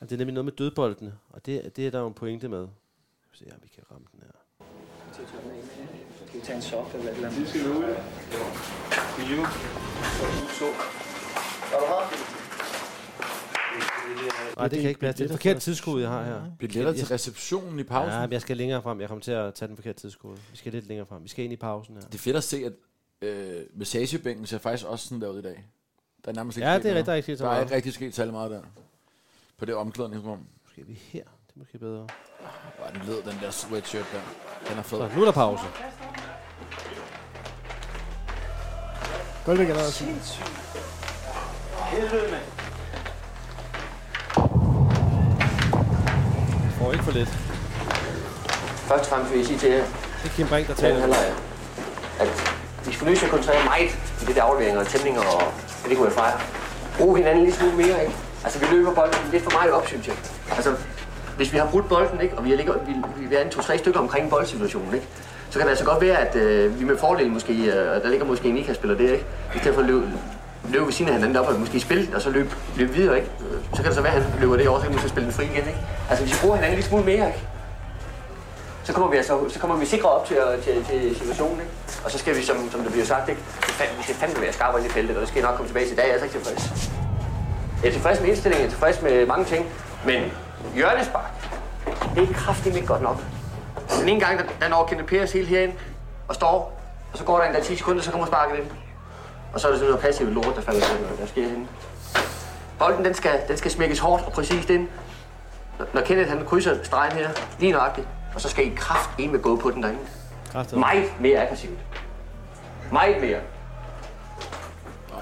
det er nemlig noget med dødboldene, og det, det er der jo en pointe med. Vi se, om vi kan ramme den her. Skal vi tage en soft eller et eller andet? Nej, det kan ikke passe. Det er et forkert tidskode, jeg har her. Billetter til receptionen i pausen. Ja, men jeg skal længere frem. Jeg kommer til at tage den forkerte tidskode. Vi skal lidt længere frem. Vi skal ind i pausen her. Det er fedt at se, at øh, massagebænken ser faktisk også sådan der ud i dag. Der er nærmest ikke Ja, sket det er rigtigt, noget. der er ikke sket så Der er meget. ikke rigtig sket særlig meget der. På det omklædningsrum. Måske er vi her. Det er måske bedre. Og den led, den der sweatshirt der. Den er fed. Så, nu er der pause. Goldbæk er der også. Får ikke for lidt. Først og fremmest vil jeg sige til jer, Det er Kim Brink, der den taler. handler jeg, at de skal løse koncentrere meget i det der afleveringer og tæmninger og det, det kunne jeg fejre. Brug hinanden lidt smule mere, ikke? Altså, vi løber bolden lidt for meget op, synes jeg. Altså, hvis vi har brudt bolden, ikke, og vi har ligget, vi, vi er en to-tre stykker omkring boldsituationen, ikke? så kan det altså godt være, at øh, vi med fordel måske, øh, der ligger måske en Ika-spiller der, ikke? I stedet for at løbe, løbe ved siden af hinanden op og måske spille den, og så løbe, løbe videre, ikke? Øh, Så kan det så være, at han løber det over, så kan man så spille den fri igen, ikke? Altså, hvis vi bruger hinanden lidt smule mere, ikke? så kommer vi altså, så kommer vi sikre op til, til, til situationen, ikke? Og så skal vi, som, som det bliver sagt, ikke? Så fandme, vi skal fandme være skarpe ind i feltet, og det skal jeg nok komme tilbage til i dag. Jeg er altså ikke tilfreds. Jeg er tilfreds med indstillingen, jeg er tilfreds med mange ting, men hjørnespark, det er kraftigt ikke godt nok. Den ene gang, der, der når Kenneth Pers helt herind og står, og så går der endda 10 sekunder, så kommer sparket ind. Og så er det sådan noget passivt lort, der falder ned, og der sker hende. Bolden, den skal, den skal smækkes hårdt og præcist ind, når Kenneth han krydser stregen her, lige nøjagtigt, og så skal I kraft med gå på den derinde. Kræftet. Meget mere aggressivt. Meget mere.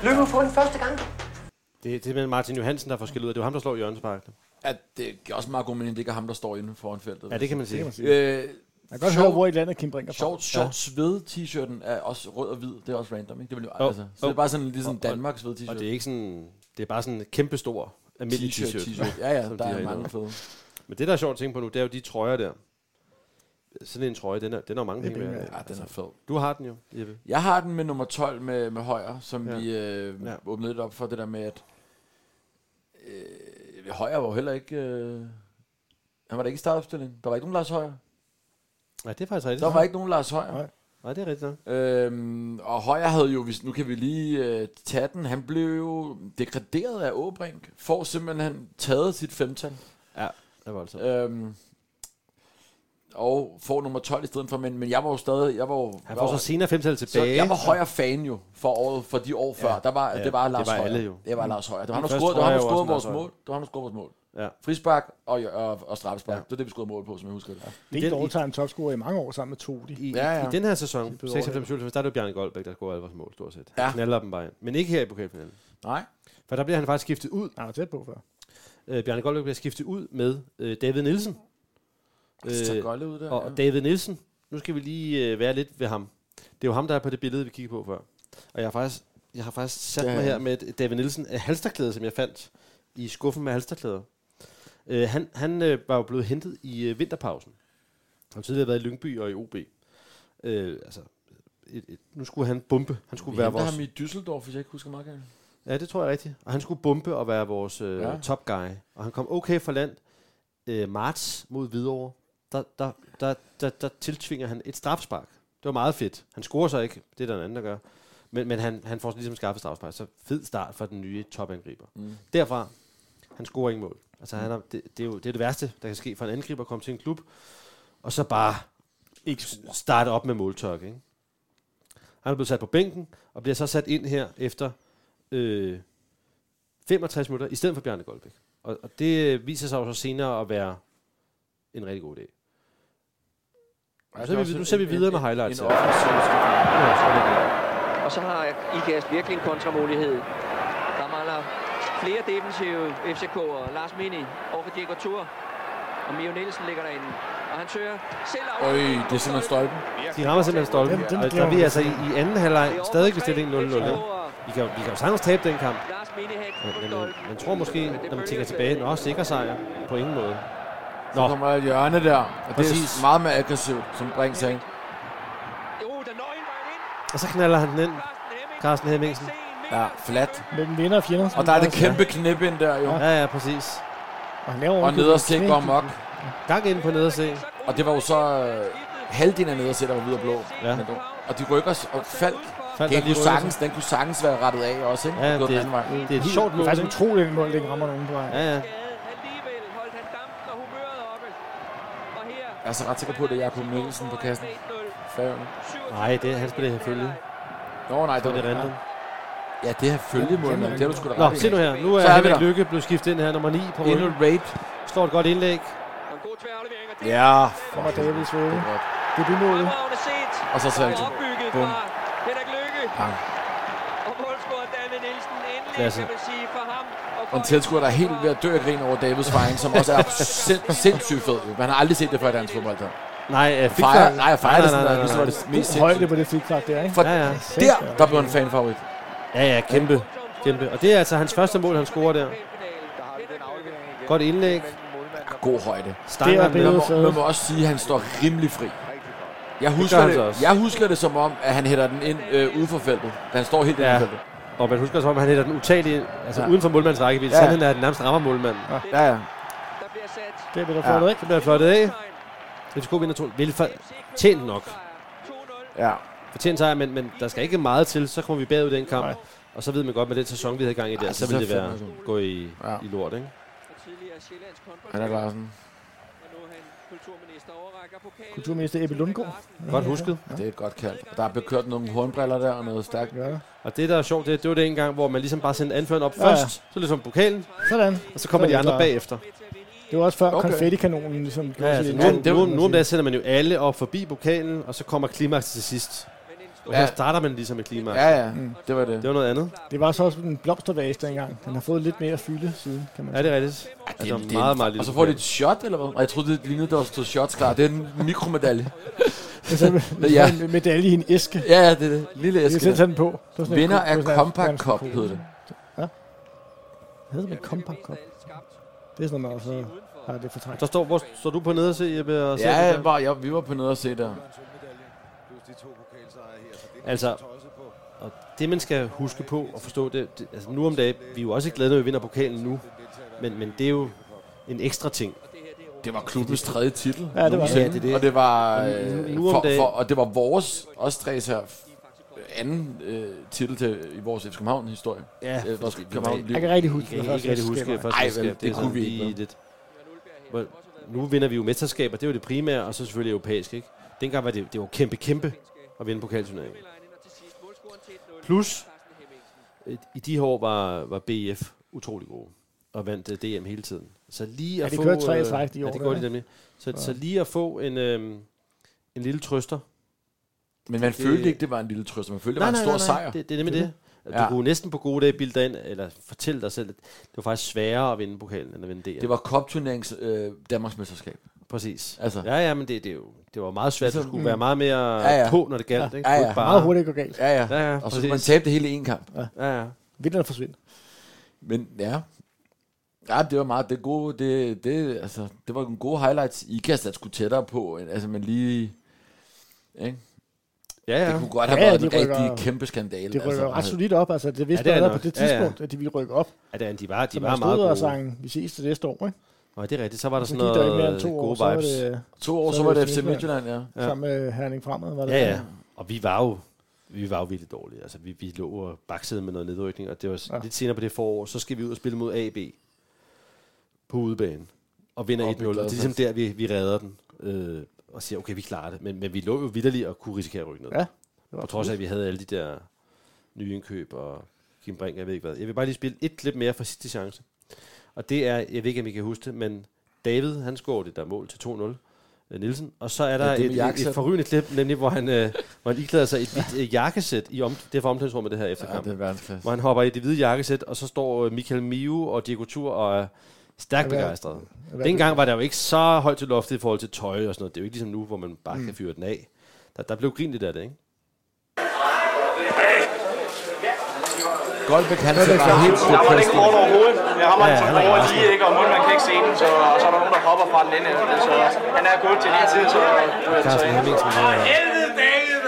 Lykke på den første gang. Det er simpelthen Martin Johansen, der får skilt ud. Det er jo ham, der slår hjørnesparkene. At det giver også meget god mening, det ikke er ham, der står inde foran feltet. Ja, det kan man sige. Øh, Jeg kan godt Sjov. høre, hvor i landet Kim Brink er fra. shorts, shorts ved t-shirten er også rød og hvid. Det er også random, ikke? Det vil jo, Jo, altså, så jo. det er bare sådan ligesom Danmarks ved Og t-shirt. det er ikke sådan... Det er bare sådan en kæmpe stor almindelig t-shirt, t-shirt. t-shirt. Ja, ja, Som der de har er i mange dag. fede. Men det, der er sjovt at tænke på nu, det er jo de trøjer der. Sådan en trøje, den er, den er jo mange penge penge værd. Ja, den er fed. Du har den jo, Jeppe. Jeg har den med nummer 12 med, med højre, som Ja. ja. vi øh, Ja. ja. åbnede lidt op for, det der med, at øh, højre var jo heller ikke... Øh, han var da ikke i startopstillingen. Der var ikke nogen Lars Højer. Nej, det er faktisk rigtigt. Der var ikke nogen Lars Højer. Nej. Nej, det er rigtigt. nok. Øhm, og Højer havde jo, hvis nu kan vi lige øh, tage den, han blev jo degraderet af Åbrink, får simpelthen taget sit femtal. Det er voldsomt. Øhm, og får nummer 12 i stedet for, men, men jeg var jo stadig, jeg var jo, Han jeg får var- så senere femtal Så tilbage. jeg var højere fan jo for året, for de år før. Der var, Ja, det var det Lars var Højer. alle jo. Det var Lars Højer. Det var ham, der Først scorede, det var tror ham, jeg der jo scorede også, Lars vores Højer. mål. Det var ham, der scorede vores mål. Ja. Frisbak og, og, og straffespark. Ja. Det var det, vi scorede mål på, som jeg husker det. Det I er den- all time topscorer i mange år sammen med Todi. I, ja, Ja, ja. ja. i den her sæson, Klippet over 96-97, der er det jo Bjarne Goldbæk, der scorer alle vores mål, stort set. Ja. Ja. Han knaller dem bare ind. Men ikke her i pokalfinalen. Nej. For der bliver han faktisk skiftet ud. Han var tæt på før. Øh, Bjarne Goldbæk bliver skiftet ud med øh, David Nielsen. Det ser Øh, godt ud der. og ja. David Nielsen, nu skal vi lige øh, være lidt ved ham. Det er jo ham, der er på det billede, vi kiggede på før. Og jeg har faktisk, jeg har faktisk sat Det er mig her han. med et David Nielsen øh, halsterklæde, som jeg fandt i skuffen med halsterklæder. Øh, han han øh, var jo blevet hentet i øh, vinterpausen. Han har tidligere været i Lyngby og i OB. Øh, altså, et, et, nu skulle han bombe. Han skulle Vi være henter vores... ham i Düsseldorf, hvis jeg ikke husker meget galt. Ja, det tror jeg er rigtigt. Og han skulle bombe og være vores øh, ja. Ja. top guy. Og han kom okay fra land. Øh, marts mod Hvidovre, der, der, der, der, der tiltvinger han et strafspark. Det var meget fedt. Han scorer så ikke. Det er der en anden, der gør. Men, men han, han får ligesom skaffet strafspark. Så fed start for den nye topangriber. Mm. Derfra, han scorer ingen mål. Altså, han har, det, det, er jo det, er det værste, der kan ske for en angriber at komme til en klub. Og så bare Ikke starte op med måltok, ikke? Han er blevet sat på bænken, og bliver så sat ind her efter øh, 65 minutter i stedet for Bjarne Goldbæk. Og, og det øh, viser sig jo så senere at være en rigtig god idé. Nu ser vi, nu ser vi videre med highlights. En her. offensiv Ja, så er det der. Og så har IKAST virkelig en kontramulighed. Der mangler flere defensive FCK'er. Lars Mini over for Diego Tur. Og Mio Nielsen ligger derinde. Og han søger selv af. Øj, det er simpelthen stolpen. De rammer simpelthen stolpen. Den- den Og der er glemmer vi vi. altså i, i anden halvleg stadig ved stillingen 0-0. ikke? Vi kan, jo- vi kan jo sagtens tabe den kamp. Lars Mini Men, hæk men på man, stolpen. man tror måske, når man tænker tilbage, nå, sikker sejr på ingen måde. Der Nå, kommer et hjørne der, og det Præcis. er meget mere aggressivt, som Brink sagde. Jo, den når ind, vejen ind. og så knaller han den ind. Carsten Hemming. Mm. Carsten Hemmingsen. Ja, flat. Mellem vinder og fjender. Og der er det kæmpe knip ind der jo. Ja, ja, præcis. Og, han laver Og ovenikøbet nederst en til går knæ- mok. Gang ind på nederse. Og det var jo så øh, halvdelen af nederst, der var hvid og blå. Ja. Men dog. Og de rykker s- og faldt. Faldt Den der lige kunne, rødt. sagtens, den kunne sagtens være rettet af også, ikke? Ja, Ja, det- det, anden vej. Det er et sjovt Det mål, er faktisk ikke? utroligt, at mål ikke rammer nogen på vej. Ja, ja. Alligevel holdt han dampen og humøret oppe. Og her... Jeg er så ret sikker på, at det er Jakob Mikkelsen på kassen. Færøen. Nej, det er hans på det her følge. Nå, nej, Det det er var, random. ja, det her følgemål, men det er du sgu da Nå, ret i. se nu her. Nu er Så er vi Henrik der. Lykke blevet skiftet ind her, nummer 9 på Endnu ryggen. et raid. Slår et godt indlæg. Og en god tværlevering, og det Ja, fuck. Kommer Davids ved. er godt. Det er det mål. fremragende set. Og så Og Salsa. opbygget Bum. fra Henrik Lykke. Bang. Og målscorer David Nielsen endelig, Klasse. kan man sige, for ham. Og en tilskuer, der er helt ved at dø af grin over Davids fejring, som også er sind, sindssygt fed. jo. Man har aldrig set det før i dansk fodbold. Der. Nej, øh, fik Fejrer, nej, jeg fejrer Nej, det sådan, nej, at nej, det var det mest God højde sindssygt. på det flikflak der, ikke? For Ja, ja. der, der blev en fanfavorit. Ja, ja, kæmpe. Kæmpe. Og det er altså hans første mål, han scorer der. Godt indlæg. God højde. Det Steiner er med. billedet. Man må, man må også sige, at han står rimelig fri. Jeg gør husker, han så det, også. jeg husker det som om, at han hætter den ind øh, ude for feltet. Da han står helt ja. Ja. ude for feltet. Og man husker også, om han hætter den utallige, altså Ja. uden for målmandens rækkevidde. Ja. Sandheden er, at den nærmest rammer målmanden. Ja, ja. Der bliver sat. Det bliver der Ja. flottet, Så ikke? bliver flottet af. FCK vinder 2. Tjent nok. ja. Fortjent sejr, men, men der skal ikke meget til. Så kommer vi bagud i den kamp. Nej. Og så ved man godt, med den sæson, vi havde gang i der, Ej, så det ville det ser være fandme sådan. gå i, Ja. i lort, ikke? Han er klar sådan. Og nu er han kulturminister overrækker pokalen. Kulturminister Ebbe Lundgaard. Godt husket. Det er et godt kald. Der er bekørt nogle hornbriller der og noget stærkt. Ja. Og det, der er sjovt, det, det var det en gang, hvor man ligesom bare sendte anføreren op først, så ligesom pokalen, Sådan. og så kommer Så er de vi andre klar. bagefter. Det var også før Okay. okay. konfettikanonen ligesom Ja, altså, sit nu, indtog, nu, nu, kan nu om dagen man sige. sender man jo alle op forbi pokalen, og så kommer klimaks til sidst. Og her Ja. starter man ligesom med klimaks. Ja, ja. Det var det. Det var noget andet. Det var så også en blomstervase dengang. Den har fået lidt mere fylde siden, kan man Ja, sige. det er rigtigt. Altså, det- meget, meget lille Og så får de pokal. et shot, eller hvad? Og jeg troede, det lignede, der var stod shots klar. Det er en mikromedalje. Altså, Ja. med, ja. med medalje i en æske. Ja, ja, det er det. Lille Jeg skal selv æske. der. tage den på. Det var sådan en Vinder ko- af det var sådan en- Compact Cup, sådan en- hed det. Hedder det en Compact Cup? Det er sådan noget, så har det fortrængt. Der står, hvor står du på nede og se, Jeppe? Og ser Ja, det jeg der? var, jeg, vi var på nede og se der. Altså, og det man skal huske på og forstå, det, det altså nu om dagen, vi er jo også glade, når vi vinder pokalen nu, men, men det er jo en ekstra ting. Det var klubbens tredje titel. Ja, det var Ja, det. det er det. Og det var, nu- øh, nu om for, dagen- for, og det var vores, os tre her, f- anden øh, titel til, i vores FC København-historie. Ja, Øh, vores Jeg København-liv. kan rigtig huske Jeg kan ikke rigtig huske første Ej, mesterskab. vel, det er kunne sådan vi ikke, lige vel? Lidt. Hvor, nu vinder vi jo mesterskaber, det er jo det primære, og så selvfølgelig europæisk, ikke? Dengang var det, det var kæmpe, kæmpe at vinde pokalturneringen. Plus, øh, i de her år var, var BF utrolig gode og vandt øh, DM hele tiden. Så lige at de få... kørte tre øh, træk de ja, år det der, gjorde de ikke? nemlig. Så, så lige at få en, øh, en lille trøster Men man Det- følte ikke, det var en lille trøst. Man følte, det var en stor sejr. Det, det er nemlig det. Du Ja. kunne næsten på gode dage bilde dig ind, eller fortælle dig selv, at det var faktisk sværere at vinde pokalen, end at vinde DM. Det var kopturneringens øh, Danmarks mesterskab. Præcis. Altså. Ja, ja, men det, det, er jo, det var meget svært. Du Ligesom- skulle være meget mere Ja, ja. på, når det galt. Ikke? Ja, Du ja. ikke Bare, Meget hurtigt går galt. Ja, ja. Ja, ja, og så præcis. kunne man tabte det hele i en kamp. Ja, ja. Vinderne forsvinder. Men ja. Ja, det var meget det gode, det, det, altså, det var en gode highlights. I kan slet skulle tættere på, end- altså man lige, ikke? Ja, Det ja. kunne godt have Ja, været de en rykker- rigtig kæmpe skandale. Det rykker altså, ret solidt op, altså det vidste Ja, det ja, er det man nok. på det Ja, ja. tidspunkt, ja, ja. at de ville rykke op. ja det, de var, Så de man var stod meget og gode. sang, vi ses til næste år, ikke? Nej, det er rigtigt. Så var der Så sådan gik der ikke mere noget end to år, gode så var vibes. det øh, To år, Så så er var det det FC Midtjylland, ja. Ja. sammen med øh, Herning Fremad, var det Ja, der? ja. Og vi var jo vi var jo virkelig dårlige. Altså, vi, vi lå og baksede med noget nedrykning, og det var ja. Ja. lidt senere på det forår, så skal vi ud og spille mod AB på udebane og vinder 1-0. Oppe i Og det er ligesom Gladsaxe. der, vi, vi redder den øh, og siger, okay, vi klarer det. Men, men vi lå jo vidderligt og kunne risikere at rykke ned. Ja, det var På trods af, at vi havde alle de der nye indkøb og Kim Brink, jeg ved ikke hvad. Jeg vil bare lige spille et klip mere fra sidste chance. Og det er, jeg ved ikke, om I kan huske det, men David, han scorede det der mål til 2-0. øh, Nielsen. Og så er der ja, det med et, et, jakkesæt. et forrygende klip, nemlig hvor han, øh, hvor han iklæder sig et hvidt øh, jakkesæt. I om, det er fra omklædningsrummet, det her Ja, efterkamp. det er verdensklasse. hvor han hopper i det hvide jakkesæt, og så står øh, Michael Miu og Diego Tur og er stærkt Ja, hvad- begejstret. Dengang var der jo ikke så højt til loftet i forhold til tøj og sådan noget. Det er jo ikke ligesom nu, hvor man bare mm. kan fyre den af. Der, der blev grint lidt af det, ikke? Goldbæk Hansen var helt på Der var ikke plads. over overhovedet. Jeg har Ja, man som han er borger rasende. lige, ikke? Og munden, man kan ikke se den, så, og så er der nogen, der hopper fra den ende. Så han er gået til hele tiden, så du er Carsten trænet. Hemmingsen. øh,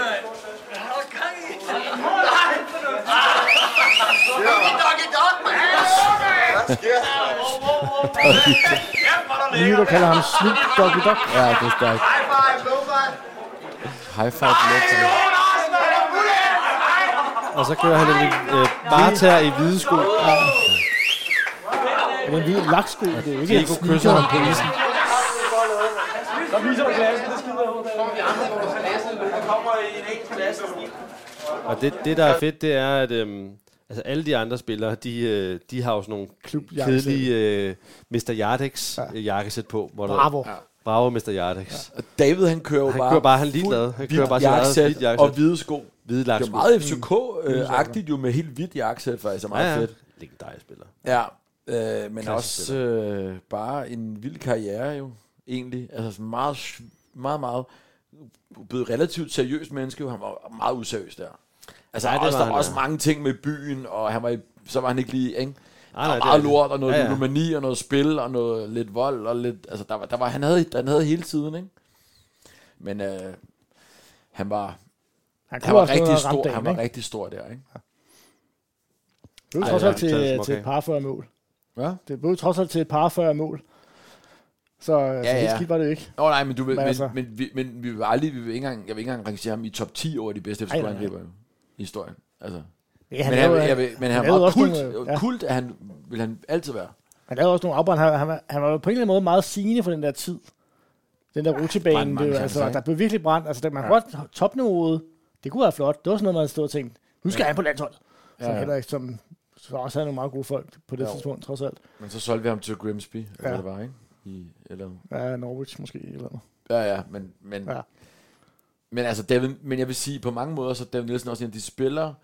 Lige der kalder ham Snoop Doggy Dog. Ja, det er stærkt. High five, Lufthansa. Og så kører han en øh, barter i hvide sko. Er det en hvid laksko? Det er jo ikke en Diego kysser sneaker. ham på isen. Og det, det, der er fedt, det er, at øhm, altså alle de andre spillere, de, øh, de har jo sådan nogle Klubjakkesæt. kedelige øh, Mr. Yardex ja. jakkesæt på. Hvor der- Bravo. Bravo, Mr. Yardex. Og David, han kører jo Han bare... kører bare, han er ligeglad. Han fuld kører bare hvidt sit eget jakkesæt hvidt jakkesæt. Og hvide sko. Det Hvide er laks. jo meget FCK-agtigt øh, jo med helt hvidt jakkesæt, faktisk. Er meget Mm. ja, ja. fedt. Legendarisk spiller. Ja, øh, men Klassisk også øh, bare en vild karriere jo, egentlig. Altså sådan meget, s- meget, meget blevet relativt seriøst menneske. jo. Han var meget useriøs der. Altså, Nej, ja, det også, var der var han, også ja. mange ting med byen, og han var i, så var han ikke lige, ikke? Nej, Der var nej, det meget er- lort, og noget Ja, ja, ja. ludomani, og noget spil, og noget lidt vold, og lidt, altså, der var, der var, han, havde, han havde hele tiden, ikke? Men øh, han var, han kunne var også noget rigtig at ramme stor, dagen, han var ikke? rigtig stor der, ikke? Det blev Ej, trods ja, alt det er til, øh, smukt, til et ikke? par 40 mål. Hvad? Det blev trods alt til et par 40 mål. Så altså, Ja, ja, ja. ja. helt skidt var det ikke. Nå nej, men, du, vil- Men men, altså- men, men, vi, men vi vil aldrig, vi vil ikke engang, jeg vil ikke engang rangere ham i top 10 over de bedste fck Ej, nej, nej. angriber i historien. Altså. Ja, men han, lavede- jeg, jeg, vil- men han, lavede han var også kult, nogle- øh, nogle, ja. kult er han, vil han altid være. Han lavede også nogle afbrænd. Han, han, var- han var på en eller anden måde meget sigende for den der tid. Den der brændte rutsjebane, det mange var, altså, chancer, ikke? der blev virkelig brændt. Altså, det- man kunne godt topniveauet, det kunne være flot. Det var sådan noget, man stod og tænkte, nu skal han på landsholdet. Så Ja, ja. heller ikke som, så også havde nogle meget gode folk på det Jo. tidspunkt, trods alt. Men så solgte vi ham til Grimsby, eller Ja. hvad det var, ikke? I, eller, Ja, Norwich måske. Eller noget. ja, ja, men, men, Ja. ja. men altså, David, men jeg vil sige, på mange måder, så er David Nielsen også en af de spillere,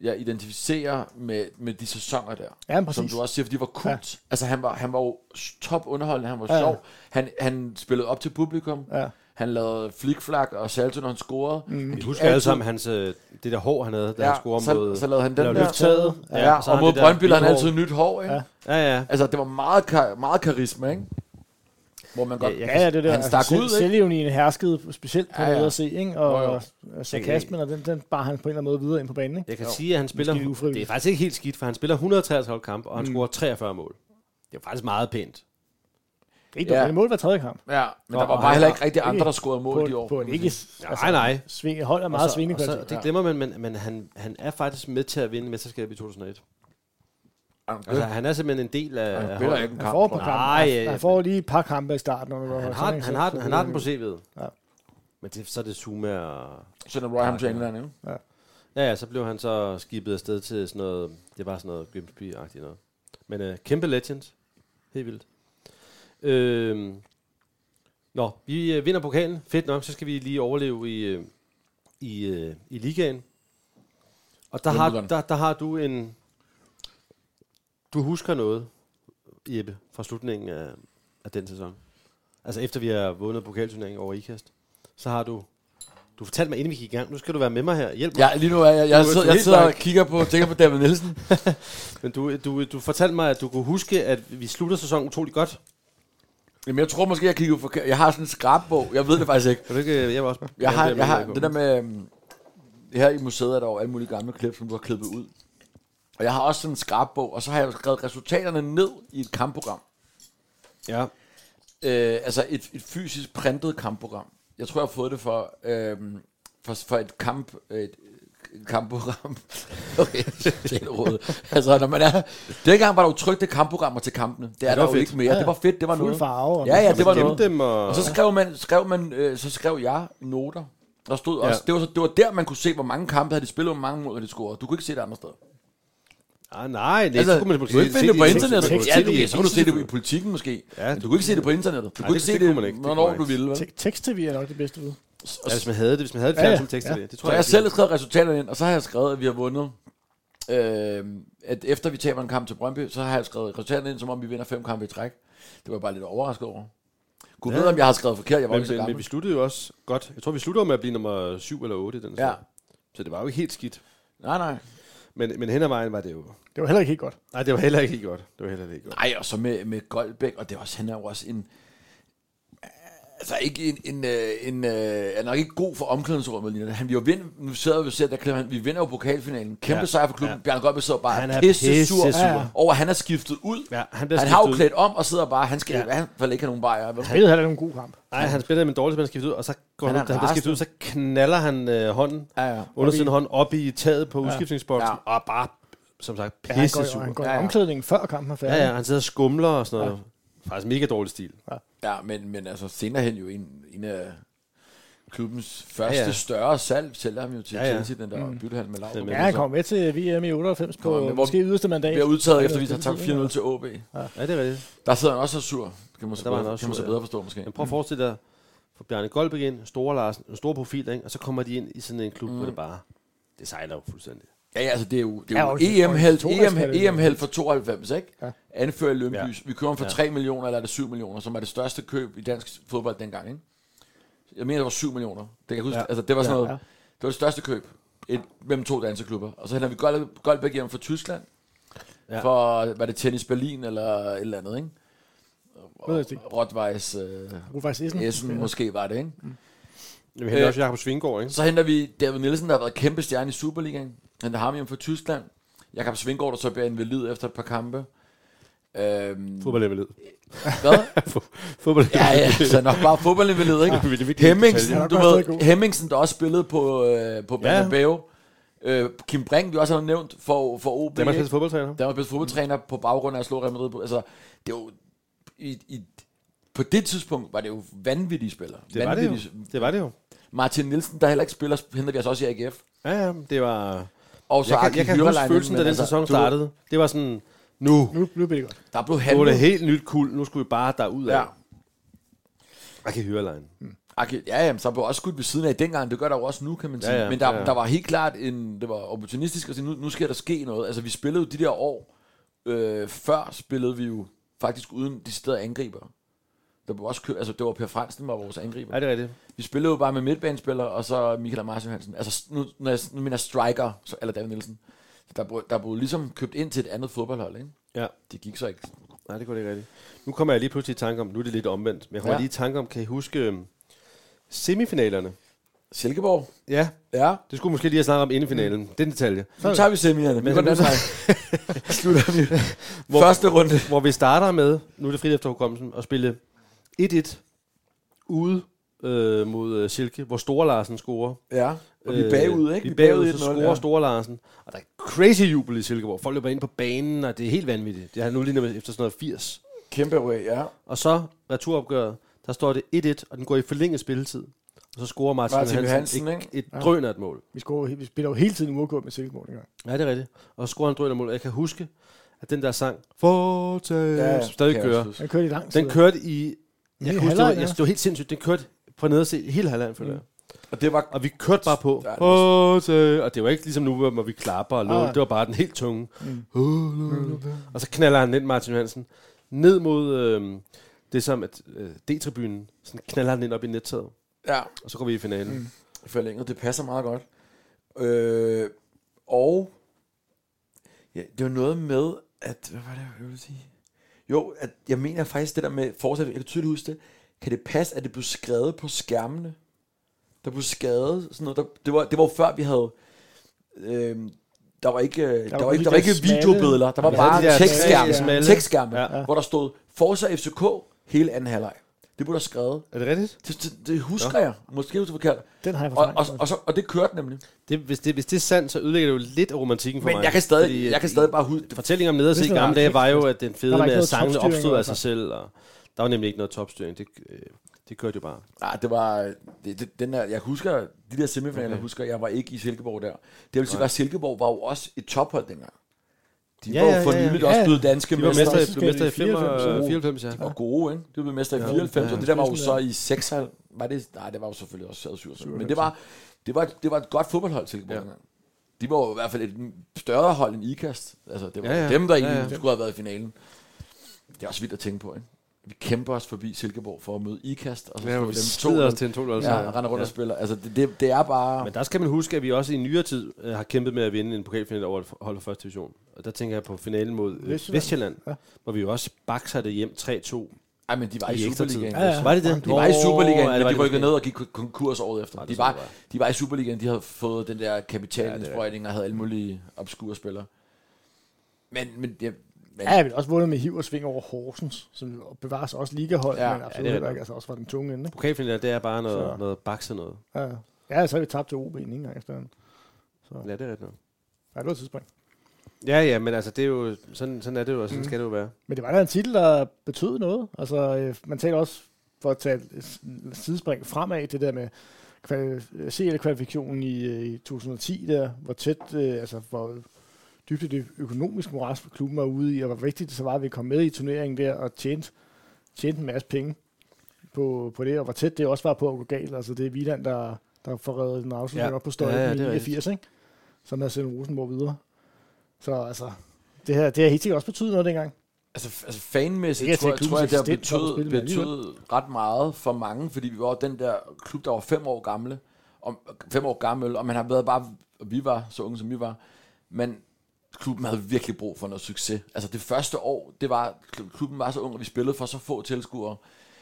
jeg identificerer med, med de sæsoner der. Ja, men Som præcis. du også siger, fordi det var kult. Ja. Altså, han var, han var jo top underholdende, han var Ja. ja. sjov. Han, han spillede op til publikum. Ja. Mhm. Han lavede flikflak og salto, når han scorede. Vi Mm. husker alle sammen hans, øh, det der hår, han havde, da ja, han scorede så, mod... så lavede han den lavede der. løfttaget. Ja, ja, så og har mod det der Brøndby lavede han hår. altid nyt hår, ikke? Ja. Ja. Ja, ja. Altså, det var meget, ka- meget karisma, ikke? Hvor man godt... Ja, jeg Ja, ja, det der. Han stak selv- ud, ikke? Selvevnien herskede specielt Ja, på ja, ja. ja. at se, ikke? Og, Jo, jo. og, og sarkasmen, og den, den bar han på en eller anden måde videre ind på banen, ikke? Jeg kan sige, at han spiller... Måske ufrivilligt. Det er faktisk ikke helt skidt, for han spiller 133 kampe, og han Mm. scorer 43 mål. Det er faktisk meget pænt. Det er ikke ja. Ja. dårligt mål hver tredje kamp. Ja, men Nå, der var og bare han heller var ikke rigtig andre, der scorede På, mål i år. på en ikke... Nej, nej. Sving, hold er meget svingende Og så, kvalitet. det glemmer man, men, men han, han er faktisk med til at vinde mesterskabet i 2001. Altså, Altså, han er simpelthen en del af... Øh, han af spiller holdet. ikke en Han kamp. får, et tror par jeg. kampe. Nej, Han- han får lige et par kampe i starten. Under, Han har, den- han, har, den- han har den på Øh, CV'et. Ja. Men det, så er det Zuma og... Så når Roy ham til England, ikke? Ja, ja, så blev han så skibet afsted til sådan noget... Det var sådan noget Grimsby-agtigt noget. Men øh, kæmpe legend. Helt vildt. Øh, nå, vi øh, vinder pokalen. Fedt nok, så skal vi lige overleve i, øh, i, øh, i ligaen. Og der har, Wimbledon. der, der har du en... Du husker noget, Jeppe, fra slutningen af, af den sæson. Altså efter vi har vundet pokalturneringen over IKAST, så har du... Du fortalte mig, inden vi gik i gang, nu skal du være med mig her. Hjælp mig. Ja, lige nu er jeg, Du er jeg, sidder, jeg helt sidder og blank. kigger på, tænker på David Nielsen. Men du, du, du fortalte mig, at du kunne huske, at vi slutter sæsonen utrolig godt. Jamen, jeg tror måske, jeg kigger forkert. Jeg har sådan en skrabbog. Jeg ved det faktisk ikke. Kan du ikke, øh, jeg var også Jeg har, det er jeg har med, det der med... øhm, Her i museet er der jo alle mulige gamle klip, som du har klippet ud. Og jeg har også sådan en skrabbog, og så har jeg jo skrevet resultaterne ned i et kampprogram. Ja. øh, altså et, et fysisk printet kampprogram. Jeg tror, jeg har fået det for, øh, for, for et kamp... Et, et kampprogram. Okay, det er rodet. Altså, når man er... Dengang var der jo trygte kampprogrammer til kampene. Det er det der var jo fedt. ikke mere. Det var fedt, det var Fuld noget. farve. og- Ja, ja, det var Gemme noget. dem og- og så skrev man, skrev man øh, så skrev jeg noter. Der stod Ja. også, det, var så, det var der, man kunne se, hvor mange kampe havde de spillet, hvor mange mål havde de scoret. Du kunne ikke se det andre steder. Ah, nej, det Altså, kunne man du måske kan ikke se finde i det på teksten. internettet. Man kunne Ja, se du i kan, så kan du se det i avisen. politikken måske. Ja, Men du kunne ikke se det på internettet. Du Nej, kunne det- ikke se det det, kunne man ikke. Det kunne hvornår man du ikke. ville. Vel? Tek- Tekst-tv er nok det bedste ved. Ja, hvis man havde det, hvis man havde et Ja, ja. fjernsyn tekst til Ja. det. Det tror Så Altså, jeg jeg, har selv har skrevet resultaterne ind, og så har jeg skrevet, at vi har vundet. Øh, at efter vi taber en kamp til Brøndby, så har jeg skrevet resultaterne ind, som om vi vinder fem kampe i træk. Det var jeg bare lidt overrasket over. Kunne Ja. ja. vide, om jeg har skrevet forkert. Jeg var ikke så men, men, gammel. men, vi sluttede jo også godt. Jeg tror, vi slutter med at blive nummer 7 eller 8 i den Ja. sæson. Så det var jo ikke helt skidt. Nej, nej. Men, men hen ad vejen var det jo... Det var heller ikke helt godt. Nej, det var heller ikke helt godt. Det var heller ikke helt godt. Nej, og så med, med Goldbæk, og det er også, han er jo også en... Altså ikke en, en, øh, en, øh, er nok ikke god for omklædningsrummet lige nu. Han vil jo vinde, nu sidder vi og ser, der klipper han, vi vinder jo pokalfinalen. Kæmpe Ja, ja, sejr for klubben. ja. Ja. Bjørn Goldbæk sidder bare Han han er er pisse sur pissesur. Ja, ja. over, at han er skiftet ud. Ja, han han bliver har jo skiftet ud. klædt om og sidder bare, han skal Ja. ja. i hvert fald ikke have nogen bajer. vel? Han havde heller ikke nogen god kamp. Nej, han spiller med en dårlig spiller, skiftet ud, og så går han, Han ud, er da han bliver skiftet ud, så knaller han øh, hånden, Ja, ja. undersiden hånd, op i taget på udskiftningsboksen, Ja. og bare, som sagt, Ja, han går, pisse jo- han sur. går i Ja, ja. omklædningen før kampen er færdig. Ja, ja, han sidder og skumler og sådan noget. Faktisk mega dårlig stil. ja men, men altså senere hen jo en, en af klubbens første Ja, ja, ja. ja. større salg, sælger ham jo til Ja, ja. Chelsea, den der mm. byttehandel med Laudrup. men Ja, han kom med til VM i 98 på Kommer med, hvor- måske yderste mandat. Vi er udtaget efter, at vi Ja, har tabt 4-0 til OB. Ja, det er rigtigt. Der sidder han også og sur. Kan man så, Der var bedre, han kan også man sur, så ja. bedre forstå måske. Men prøv at forestille dig, for Bjarne Goldbæk ind, Store Larsen, en stor profil, ikke? og så kommer de ind i sådan en klub, mm. hvor det bare, det sejler jo fuldstændig. Ja, ja, altså det er jo, det er jo Ja, okay. EM-held Og i EM, 92 EM EM for 92, ikke? Ja. Ja. Anfører Lønby. Ja. Ja. Vi køber ham for Ja. 3 millioner, eller er det 7 millioner, som er det største køb i dansk fodbold dengang, ikke? Jeg mener, det var 7 millioner. Det kan jeg huske. Ja. Ja. Altså, det var sådan Ja, noget, ja. det var det største køb et, mellem to danske klubber. Og så henter vi Gold- Goldbæk hjem fra Tyskland. Ja. Ja. For, var det Tennis Berlin eller et eller andet, ikke? Ved jeg ikke. Rottweiss, øh, Rufus Essen. Essen måske var det, ikke? Vi henter Øh. også Jakob Svinggaard, ikke? Så henter vi David Nielsen, der har været kæmpe stjerne i Superligaen. Henter ham hjem fra Tyskland. Jakob Svinggaard, der så bliver invalid efter et par kampe. Øhm, Fodboldinvalid. hvad? Fodboldinvalid. Ja, ja, så nok bare fodboldinvalid, ikke? Det er vigtigt. Hemmingsen, Han er du bare stadig ved, god. Hemmingsen, der også spillede på, øh, på Ja. Bernabeu. Øh, Kim Brink, du også har nævnt for, for OB. Danmarks ikke? bedste fodboldtræner. Danmarks bedste fodboldtræner på baggrund af at slå Real Madrid. på- Altså, det er jo... I, i, på det tidspunkt var det jo vanvittige spillere. Det var det jo. Vanvittige- Det var det jo. Martin Nielsen, der heller ikke spiller, henter vi altså også i AGF. Ja, ja, det var... Og så Jeg kan, Aki jeg kan huske Hyrelainen, følelsen, men da den altså, sæson du ved, startede. Det var sådan, nu, Nu, nu bliver det godt. Der blev nu var det handlet. helt nyt kul, nu skulle vi bare derud af. Ja. Jeg kan høre lejen. Aki, ja, jamen, så blev også skudt ved siden af dengang. Det gør der jo også nu, kan man sige. Ja, ja, Men der, ja, ja. der var helt klart en... Det var opportunistisk at sige, nu, nu skal der ske noget. Altså, vi spillede jo de der år... Øh, før spillede vi jo faktisk uden de steder angriber. Der blev også kø- altså, det var Per Fransen, der var vores angriber. Er det er rigtigt? Vi spillede jo bare med midtbanespillere, og så Michael Amars Johansen. Altså, nu, når jeg, nu mener jeg striker, så, eller David Nielsen. Der blev, der blev ligesom købt ind til et andet fodboldhold, ikke? Ja. Det gik så ikke. Nej, det går det ikke rigtigt. Nu kommer jeg lige pludselig i tanke om, nu er det lidt omvendt, men jeg kommer Ja. lige i tanke om, kan I huske øhm, semifinalerne? Silkeborg? Ja, Ja. det skulle vi måske lige have snakket om inden finalen. Mm. Den detalje. Nu tager vi semierne. Men Men- hvordan slutter vi første runde? Hvor vi starter med, nu er det frit efter hukommelsen, at spille 1-1 ude øh, mod øh, Silke, hvor Store Larsen scorer. Ja. Og vi er Øh, bagud, ikke? Vi er bagud, så 1-0, scorer ja. Store Larsen. Og der er crazy jubel i Silkeborg. Folk løber ind på banen, og det er helt vanvittigt. Det har nu lige efter sådan noget 80. Kæmpe away, ja. Og så returopgøret, der står det 1-1, og den går i forlænget spilletid. Og så scorer Martin, Martin Martin Hansen, Johansen, Hansen et, Ja. et drøn af et mål. Vi, scorer, vi spiller jo hele tiden uafgjort med Silkeborg dengang. Ja, det er rigtigt. Og så scorer han drøn af et mål. Og jeg kan huske, at den der sang, Fortage, ja, stadig kan jeg kører. også huske. Den kørte i lang tid. Den kørte i... Jeg, I kan huske, det var, halvleg, jeg ja. stod helt sindssygt. Den kørte på nederse hele halvanden, føler jeg. Og det var... Og vi kørte bare på. Ja, det Fortage. Og det var ikke ligesom nu, hvor vi klapper og låner. Ah. Det var bare den helt tunge. Og så knaller han ind, Martin Johansen, ned mod øh, det som at, øh, D-tribunen. Sådan knaller han ind op i nettaget. Ja, Og så går vi i finalen. Mm. forlænget. Det passer meget godt. Øh, og... Ja, det var noget med, at... Hvad var det, jeg ville sige? Jo, at jeg mener faktisk det der med fortsat, jeg kan tydeligt huske det, kan det passe, at det blev skrevet på skærmene? Der blev skrevet sådan noget, der, det, var, det var jo før vi havde, øhm, der var ikke, øh, der, var var ikke, de der var der ikke smalle- videobilleder, der var Vi havde bare de der tekstskærme, smalle- tekstskærme Ja. ja. hvor der stod Forza FCK hele anden halvleg. Det blev der skrevet. Er det rigtigt? Det, det, det husker ja. jeg. Måske er det forkert. Den har jeg Og, og, fortrængt. og, så, og det kørte nemlig. Det, hvis, det, hvis det er sandt, så ødelægger det jo lidt af romantikken for mig. Men jeg kan stadig, Fordi, jeg kan stadig bare huske det. Fortællingen om nederse i Hvis det var gamle dage var jo, arkitektur- at den fede Der var med ikke at noget sangene topstyring opstod af altså. sig selv. Og der var nemlig ikke noget topstyring. Det, øh, det kørte jo bare. Nej, det var... Det, det, den der, jeg husker, de der semifinaler, okay. husker, jeg var ikke i Silkeborg der. Det vil sige, at Silkeborg var jo også et tophold dengang. De Ja, var ja, jo for ja, ja. nylig også Ja. blevet danske De var mestre. mestre Mestre- i, blev mestre i 94, 95, ja. 94, ja. De var gode, ikke? De blev mestre i Ja. 94, Ja. og det der var jo så Tusind, i 96. Var det, nej, det var jo selvfølgelig også 97. Men det var, det var, det var et godt fodboldhold, Silkeborg. Ja. Ja. De var jo i hvert fald et større hold end IKAST. Altså, det var Ja, ja, ja. ja. dem, der Ja, egentlig ja, ja. ja. skulle have været i finalen. Det er også vildt at tænke på, ikke? Vi kæmper os forbi Silkeborg for at møde IKAST, og så Ja, ja, hvor vi slår vi slider dem os til en 2 to. Ja, og render rundt ja. og spiller. Altså, det, det, det er bare... Men der skal man huske, at vi også i nyere tid øh, har kæmpet med at vinde en pokalfinale over et hold fra første division. Og der tænker jeg på finalen mod øh, Vestjylland. Vestjylland, Vestjylland Ja. ja. hvor vi jo også bakser det hjem 3-2 Ej, men de var i, i ekstra tid. Superligaen. altså. Ja, ja. Var det det? De var i Superligaen, Åh, ja, det men var de det rykkede måske. ned og gik kon- konkurs året efter. Nej, det De tror var, jeg de var i Superligaen, de havde fået den der kapitalindsprøjtning og havde alle mulige obskure spillere. Men, men, det, men Ja, vi har også vundet med hiv og sving over Horsens, som bevarer sig også ligahold, ja, Ja, men ja, absolut det er ja, det rigtigt. ikke, altså også fra den tunge ende. Ikke? Pokalfinalen, det er bare noget, Så. noget bakset noget. Ja, ja. ja, så har vi tabt til OB en gang efter. Ja, det er rigtigt. nok. Ja, det var et tidspunkt. Ja, ja, men altså, det er jo, sådan, sådan er det jo, og Mhm. sådan mm. skal det jo være. Men det var da en titel, der betød noget. Altså, øh, man taler også for at tage et s- sidespring fremad, det der med kval- CL-kvalifikationen i, øh, i 2010 der, hvor tæt, øh, altså hvor dybt det økonomiske moras for klubben var ude i, og hvor vigtigt det så var, at vi kom med i turneringen der og tjente, tjente en masse penge på, på det, og hvor tæt det også var på at gå galt. Altså det er Vidan, der, der får reddet den afslutning Ja. ja. op på støjen Ja, ja, ja, ja, i det er 89, ikke? som havde sendt Rosenborg videre. Så altså, det her, det her helt sikkert også betydet noget dengang. altså, f- altså fanmæssigt Det er tror, jeg, til tror jeg, det har klubbens eksistens, hvor betød, vi spillede med betød ret meget for mange, fordi vi var den der klub, der var fem år gamle, om, fem år gammel, og man har været bare, og vi var så unge, som vi var, men klubben havde virkelig brug for noget succes. Altså det første år, det var, klubben var så ung, og vi spillede for så få tilskuere,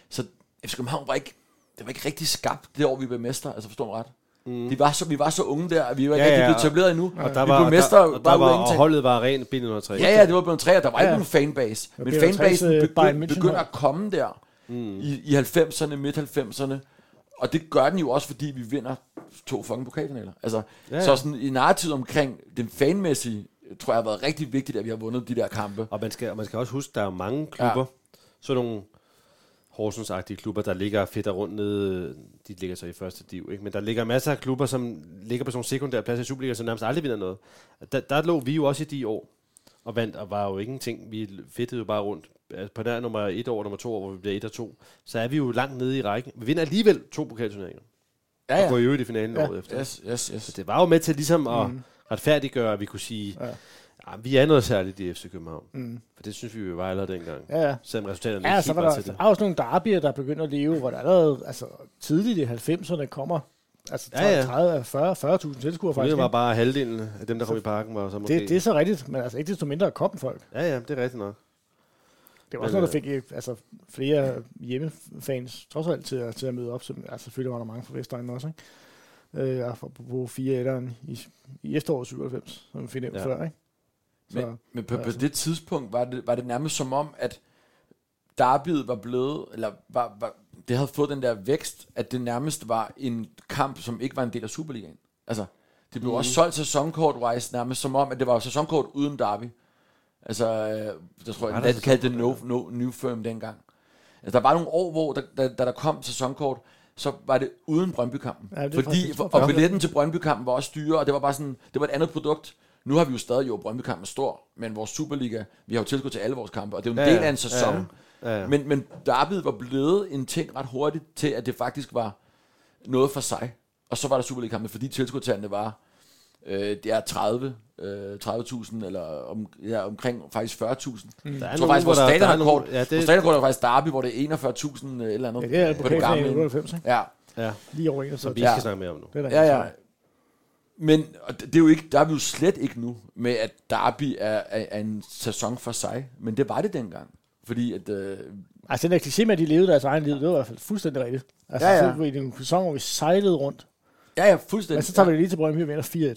så FC København var ikke, det var ikke rigtig skabt det år, vi blev mester, altså forstår du mig ret? Mm. De var så, vi var så unge der, at vi var ikke Ja, ja, rigtig ja, blevet og- etableret endnu. Og der vi var, blev mester og der, og, der bare ud af var, og ingenting. holdet var rent B103. Ja, ja, det var blevet en træer. Der var Ja, ikke ja. nogen fanbase. Men Peter Therese, øh, fanbasen Bayern begynder, München begynder hold. at komme der mm. i, i 90'erne, midt-90'erne. Og det gør den jo også, fordi vi vinder to fucking pokalfinaler. Altså, ja, ja. ja. Så sådan i narrativ omkring den fanmæssige, tror jeg har været rigtig vigtigt, at vi har vundet de der kampe. Og man skal, og man skal også huske, der er jo mange klubber, ja. sådan nogle Horsens-agtige klubber, der ligger fedt og rundt nede, de ligger så i første div, ikke? men der ligger masser af klubber, som ligger på sådan nogle sekundære pladser i Superligaen, som nærmest aldrig vinder noget. Der, der lå vi jo også i de år, og vandt, og var jo ingenting. Vi fedtede jo bare rundt. Altså på nær nummer et år, og nummer to år, hvor vi bliver et og to, så er vi jo langt nede i rækken. Vi vinder alligevel to pokalturneringer, Ja, og går i øvrigt i finalen Ja. året efter. Yes, yes, yes. Så det var jo med til ligesom at mm. retfærdiggøre, at vi kunne sige, Ja. ja. vi er noget særligt i FC København. Mm. For det synes vi jo var allerede dengang. Ja, ja. Selvom resultaterne Ja, ikke så helt var var der, altså- til der det. er også nogle derbyer, der begynder at leve, hvor der allerede altså, tidligt i 90'erne kommer altså Ja, ja. 30, 40, 40.000 tilskuere faktisk. Problemet ikke? var bare at halvdelen af dem, der kom i parken, var så måske... Det, det er så rigtigt, men altså ikke desto mindre kom folk. Ja, ja, det er rigtigt nok. Det var også Men, noget, der fik eh, altså, flere hjemmefans trods alt til, at- til at møde op. Som, altså, selvfølgelig var der mange fra Vestegnen også, ikke? Øh, og på 4 etteren i, i efteråret 97, som vi fik nævnt Ja. ja. før, ikke? Så, Men, men på, på altså. det tidspunkt var det, var det nærmest som om, at derbyet var blevet, eller var, var, det havde fået den der vækst, at det nærmest var en kamp, som ikke var en del af Superligaen. Altså, det blev mm. også solgt sæsonkort-wise nærmest som om, at det var sæsonkort uden derby. Altså, øh, der tror Var jeg, der der kaldte det no, no, New Firm dengang. Altså, der var nogle år, hvor der, da, da der kom sæsonkort, så var det uden Brøndby-kampen. Ja, Ja, det er fordi, faktisk- det tror jeg og faktisk, billetten til Brøndby-kampen var også dyre, og det var bare sådan, det var et andet produkt. Nu har vi jo stadig jo, Brøndby-kampen er stor, men vores Superliga, vi har jo tilskud til alle vores kampe, og det er jo en Ja, ja, ja. del af en sæson. Ja, Ja, ja. Men, Men, men derbyet var blevet en ting ret hurtigt til, at det faktisk var noget for sig. Og så var der Superliga-kampen, fordi tilskudtagerne var øh, det er 30, øh, 30.000, eller om, ja, omkring faktisk 40.000. Mm. der Jeg er tror nogen, hvor faktisk, vores der, der er stadionrekord nogle... ja, Ja, det... det, er faktisk Derby, hvor det er 41.000 eller andet. ja, det er på det pokalfinalen i gamle. 98, ikke? Ja, ja, Lige over 91. som vi Ja. skal snakke mere om nu. Det er der ja, ingen ja. tvivl om. Men og det det er jo ikke, der er vi jo slet ikke nu med, at Derby er, er, er en sæson for sig. Men det var det dengang. Fordi at, øh, Altså den der kliché med, at de levede deres egen liv, det var i hvert fald fuldstændig rigtigt. Altså Ja, ja. selv i den sæson, hvor vi sejlede rundt. ja, ja, fuldstændig. Men Altså, så tager vi det lige til Brøndby og vinder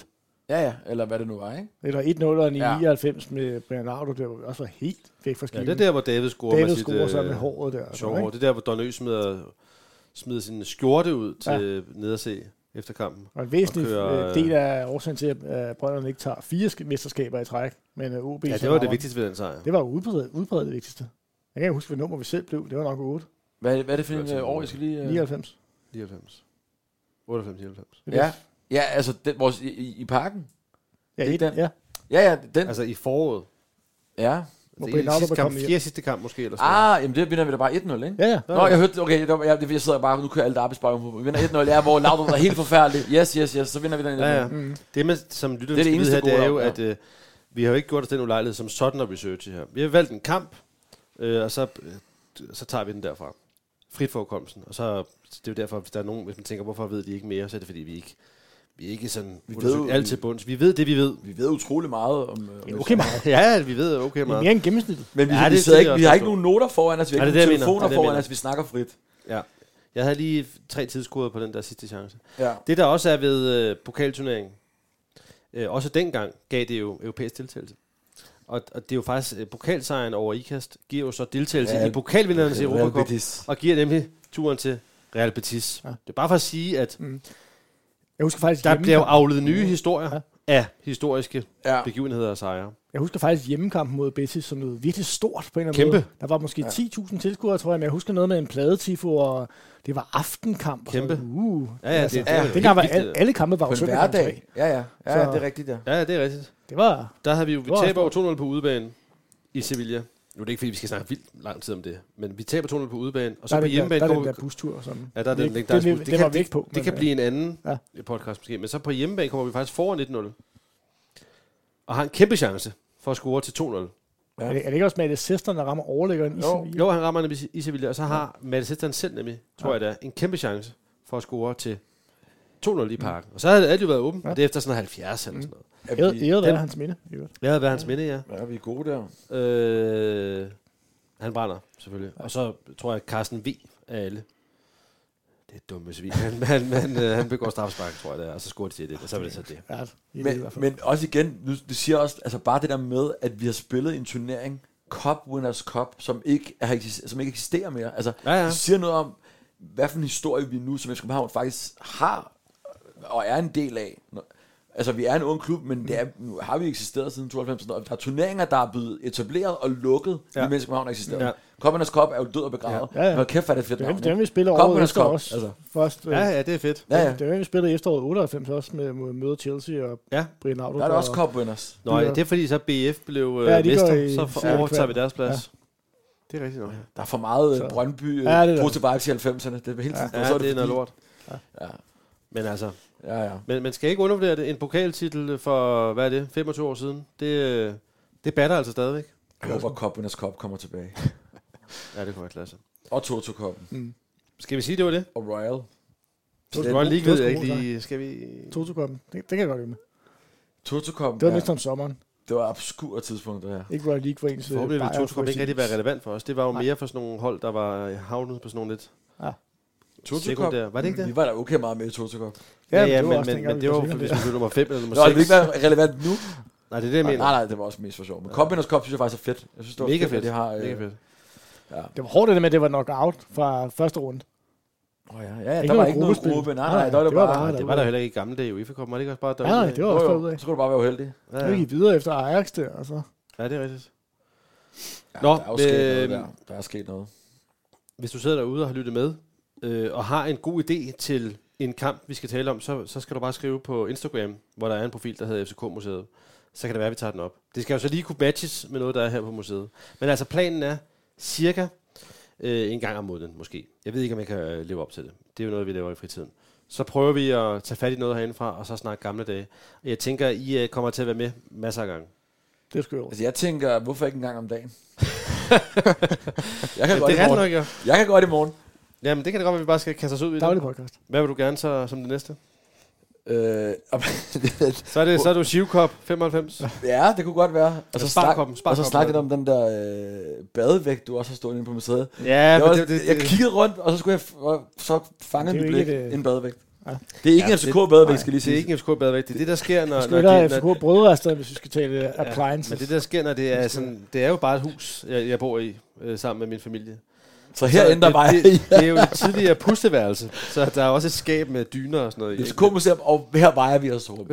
Ja, ja, eller hvad det nu var, ikke? 4-1. Eller 1-0'eren i Ja. 99 med Bernardo, der hvor vi også var helt væk fra Ja, skiven. det er der, hvor David scorer David med sit... scorer sig øh, med håret der. sjove ikke? hår. Det er der, hvor Don Ø smider, smider sin skjorte ud til ja. ned at se efter kampen. Og en væsentlig Og og kører, øh, del af årsagen til, at øh, Brønderne ikke tager fire sk- mesterskaber i træk, men øh, OB... Ja, som det var det rammer- vigtigste ved den sejr. Det var jo udbredt, udbredt det vigtigste. Jeg kan ikke huske, hvad nummer vi selv blev. Det var nok 8. Hvad, hvad er det for en Det var øh, år, sådan- jeg skal lige... øh, 99. 99. 98, 99. Det er Ja, det. ja altså den, vores, i, i, i parken. Ja, det er et, den. ja. Ja, ja, den. Altså, Altså i foråret. Ja. Hvor Det Brian er Laudrup sidste er kamp, kommet hjem. fjerde sidste kamp måske, eller sådan noget. Ah, jamen det vinder vi da bare 1-0, ikke? Ja, ja. Nå, jeg hørte, okay, det var, jeg, jeg sidder bare, nu kører alle der arbejdsbakke på. Vi vinder 1-0, ja, hvor Laudrup var helt forfærdelig. Yes, yes, yes, så vinder vi den 1-0. Ja, ja. Det, man som lytter Det er det det skal vide eneste her, det er gode, jo, ja. at øh, vi har jo ikke gjort os den ulejlighed som sådan at researche her. Vi har valgt en kamp, øh, og så, øh, så tager vi den derfra. Frit forekomsten. Og så, det er jo derfor, hvis der er nogen, hvis man tænker, hvorfor ved de ikke mere, så er det fordi, vi ikke, vi er ikke sådan, vi ved ved jo, alt vi- til bunds. Vi ved det, vi ved. Vi ved utrolig meget om... øh, om Det er okay meget. Ja, vi ved okay Det er meget. mere end gennemsnittet. Men vi, Ja, ja, vi, det- sidder det ikke, er vi har også ikke nogen noter foran os, vi har Nej, ikke det er nogen det, jeg mener. Det er telefoner det, jeg foran mener. os, vi snakker frit. Ja. Jeg havde lige tre tidskoder på den der sidste chance. Ja. Det, der også er ved øh, pokalturneringen, øh, også dengang gav det jo europæisk deltagelse. Og, og det er jo faktisk, øh, pokalsejren over IKAST giver jo så deltagelse Ja, ja, i pokalvindernes Real Europa Cup, Betis. og giver nemlig turen til Real Betis. Ja. Det er bare for at sige, at Jeg husker faktisk, der bliver jo hjemmekamp- afledt nye historier Ja. ja. af historiske Ja. begivenheder og sejre. jeg husker faktisk hjemmekampen mod Betis som noget virkelig stort på en eller anden Kæmpe. måde. Der var måske 10.000 tilskuere, tror jeg, men jeg husker noget med en pladetifo, og det var aftenkamp. og Kæmpe. sådan, Uh, Ja, ja, det- det er jo dengang var helt vildt, alle, det der. alle kampe var På jo en søndag klokken hverdag. tre. Ja, ja. Ja, Så- ja, det er rigtigt, ja. Ja, det er rigtigt. Det var... Der havde vi jo, vi Det var også taber jo 2-0 på udebane i Sevilla. Nu er det ikke, fordi vi skal snakke vildt lang tid om det, men vi taber 2-0 på udebane, og så der er på den der, der, hjemmebane er går den vi... der bustur, som Ja, der er den det, legendariske det, bus. det, det var kan, væk på. Det kan blive en anden Ja. ja. podcast måske, men så på hjemmebane kommer vi faktisk foran 1-0. Og har en kæmpe chance for at score til 2-0. Er det, er det ikke også med, at Sesteren, der rammer overlæggeren i Jo. Sevilla? Jo, han rammer nemlig i Sevilla, og så har ja. Mads Hestan selv nemlig, tror ja. jeg da, en kæmpe chance for at score til 2-0 i parken. Og så havde alt jo været åbent, Ja. ja. og det er efter sådan 70 eller sådan noget. Er Æret, vi, æret være den- hans minde, i øvrigt. Det havde været hans minde, ja. ja, vi er gode der. Øh, han brænder, selvfølgelig. Og så tror jeg, at Carsten V af alle. Det er et dumme svin. Han, han, han, øh, han begår straffespark, tror jeg, det er, og så scorer de til det, og så er det så det. Ja, i Men, hvert fald. men også igen, nu, du siger også, altså bare det der med, at vi har spillet en turnering, Cup Winners Cup, som ikke, er, eksis- som ikke eksisterer mere. Altså, Ja, ja. det siger noget om, hvad for en historie vi nu som FC København faktisk har, og er en del af. Nå, Altså, vi er en ung klub, men det er, nu har vi eksisteret siden 92, og der er turneringer, der er blevet etableret og lukket, ja. Ja. imens København eksisterer. Ja. Ja. Cup Winners Cup er jo død og begravet. Ja, ja. Men kæft, hvor er det fedt Det er navn, dem- det er ikke? dem, vi spiller Cup over Winners efter Cup, også. altså. Først, øh, Ja, ja, det er fedt. Ja, ja. Det er dem, vi spillede i efteråret 98 også med, mod, mod Chelsea og Ja. Brian Laudrup. Der er det også og- Cup Winners. Nå ja, Det er- det er fordi, så BF blev øh, Ja, ja, de går mester, så i for, semifinalen. overtager vi deres plads. Det er rigtigt nok. Der er for meget Så- så. Brøndby øh, Ja, ja, det er det der. positive vibes i 90'erne. Det er hele tiden. Ja, og ja så det, det er noget lort. Ja, Men altså, ja, ja. men man skal ikke undervurdere det. En pokaltitel for, hvad er det, 25 år siden, det, øh, det batter altså stadigvæk. Jeg håber, Cup Winners Cup kommer tilbage. Ja, det kunne jeg lade sig. Og Toto Cupen. Skal vi sige, det var det? Og Royal. Det Toto- var lige ved jeg Toto- ikke lige. Skal vi... Toto-koppen. Det, det kan jeg godt lide med. Toto Cupen. Det var ja. næsten om sommeren. det var et absurd tidspunkt, det her. Ikke Royal League var ens... øh, Forhåbentlig vil Toto Bayern Cup ikke for rigtig eksempel. være relevant for os. Det var jo Nej. mere for sådan nogle hold, der var havnet på sådan nogle lidt Toto Cup. sekundære. Var det ikke det? Vi var da okay meget med i Toto Cup. Ja, Ja, ja, men det var men, også men, dengang, men vi det var var for, hvis vi blev nummer 5 eller nummer Nå, det 6. vil ikke være relevant nu. Nej, det er det, jeg Nej, mener. nej, det var også mest for sjov. Men Cup Winners Cup synes jeg faktisk er fedt. Jeg synes, det var Mega at fedt. Det har, øh, Mega fedt. Det var hårdt det der med, at det var knockout fra første runde. Åh, ja, ja, der var Ikke noget ikke nogen gruppespil. gruppe. Nej, Nej, nej, der var det det var bare... bare- Nej, det var der heller ikke i gamle dage i UEFA Cup. Var det ikke også bare der? Nej, nej, det var også Jo, derudad. jo, så skulle du bare være uheldig. Nu gik I videre efter Ajax der, og så... Ja, det er rigtigt. Ja, Nå, der er jo sket noget øhm, der. Der er sket noget. Hvis du sidder derude og har lyttet med, øh, og har en god idé til en kamp, vi skal tale om, så, så skal du bare skrive på Instagram, hvor der er en profil, der hedder FCK-museet. Så kan det være, at vi tager den op. Det skal jo så lige kunne matches med noget, der er her på museet. Men altså, planen er cirka øh, en gang om måneden, måske. Jeg ved ikke, om jeg kan øh, leve op til det. Det er jo noget, vi laver i fritiden. Så prøver vi at tage fat i noget herindefra, og så snakke gamle dage. Og jeg tænker, I øh, kommer til at være med masser af gange. Det er skørt. Altså, jeg tænker, hvorfor ikke en gang om dagen? jeg, kan Ja, godt det i er ret nok, morgen. ja. jeg kan godt i morgen. Jamen, det kan det godt være, at vi bare skal kaste os ud i Daglig det. podcast. Hvad vil du gerne så som det næste? Øh, Så er det, så er du Shivkop 95. ja, det kunne godt være. Og så, snak, Altså, Sparkoppen, og så sparkoppen. snakke lidt om den der øh, badevægt, du også har stået inde på museet. Ja, jeg, men var, det, det, det, jeg kiggede rundt, og så skulle jeg f- så fange Det er en jo blik ikke et, en badevægt. Ja. Det er ikke Ja, en FCK-badevægt, skal jeg lige det er sige. ikke en FCK badevægt. Det er det, der sker, når... når, Skal vi have det, FCK når Brødre afsted, hvis vi skal tale øh, appliances? men det, der sker, når det er sådan... Det er jo bare et hus, jeg, jeg bor i øh, sammen med min familie. Så her Så ændrer det, mig. Det, det er jo det tidligere pusteværelse, så der er også et skab med dyner og sådan noget. i. FCK-museum, og her vejer vi os rum.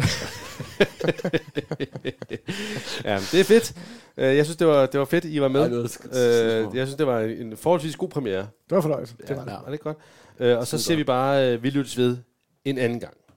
Ja, men det er fedt. Øh, Jeg synes, det var, det var fedt, I var med. Ej, det var sk- Øh, Jeg synes, det var en forholdsvis god premiere. Det var fornøjelse. Det var det. Var det ikke godt? Øh, Og så ser vi bare, øh, vi lyttes ved en anden gang.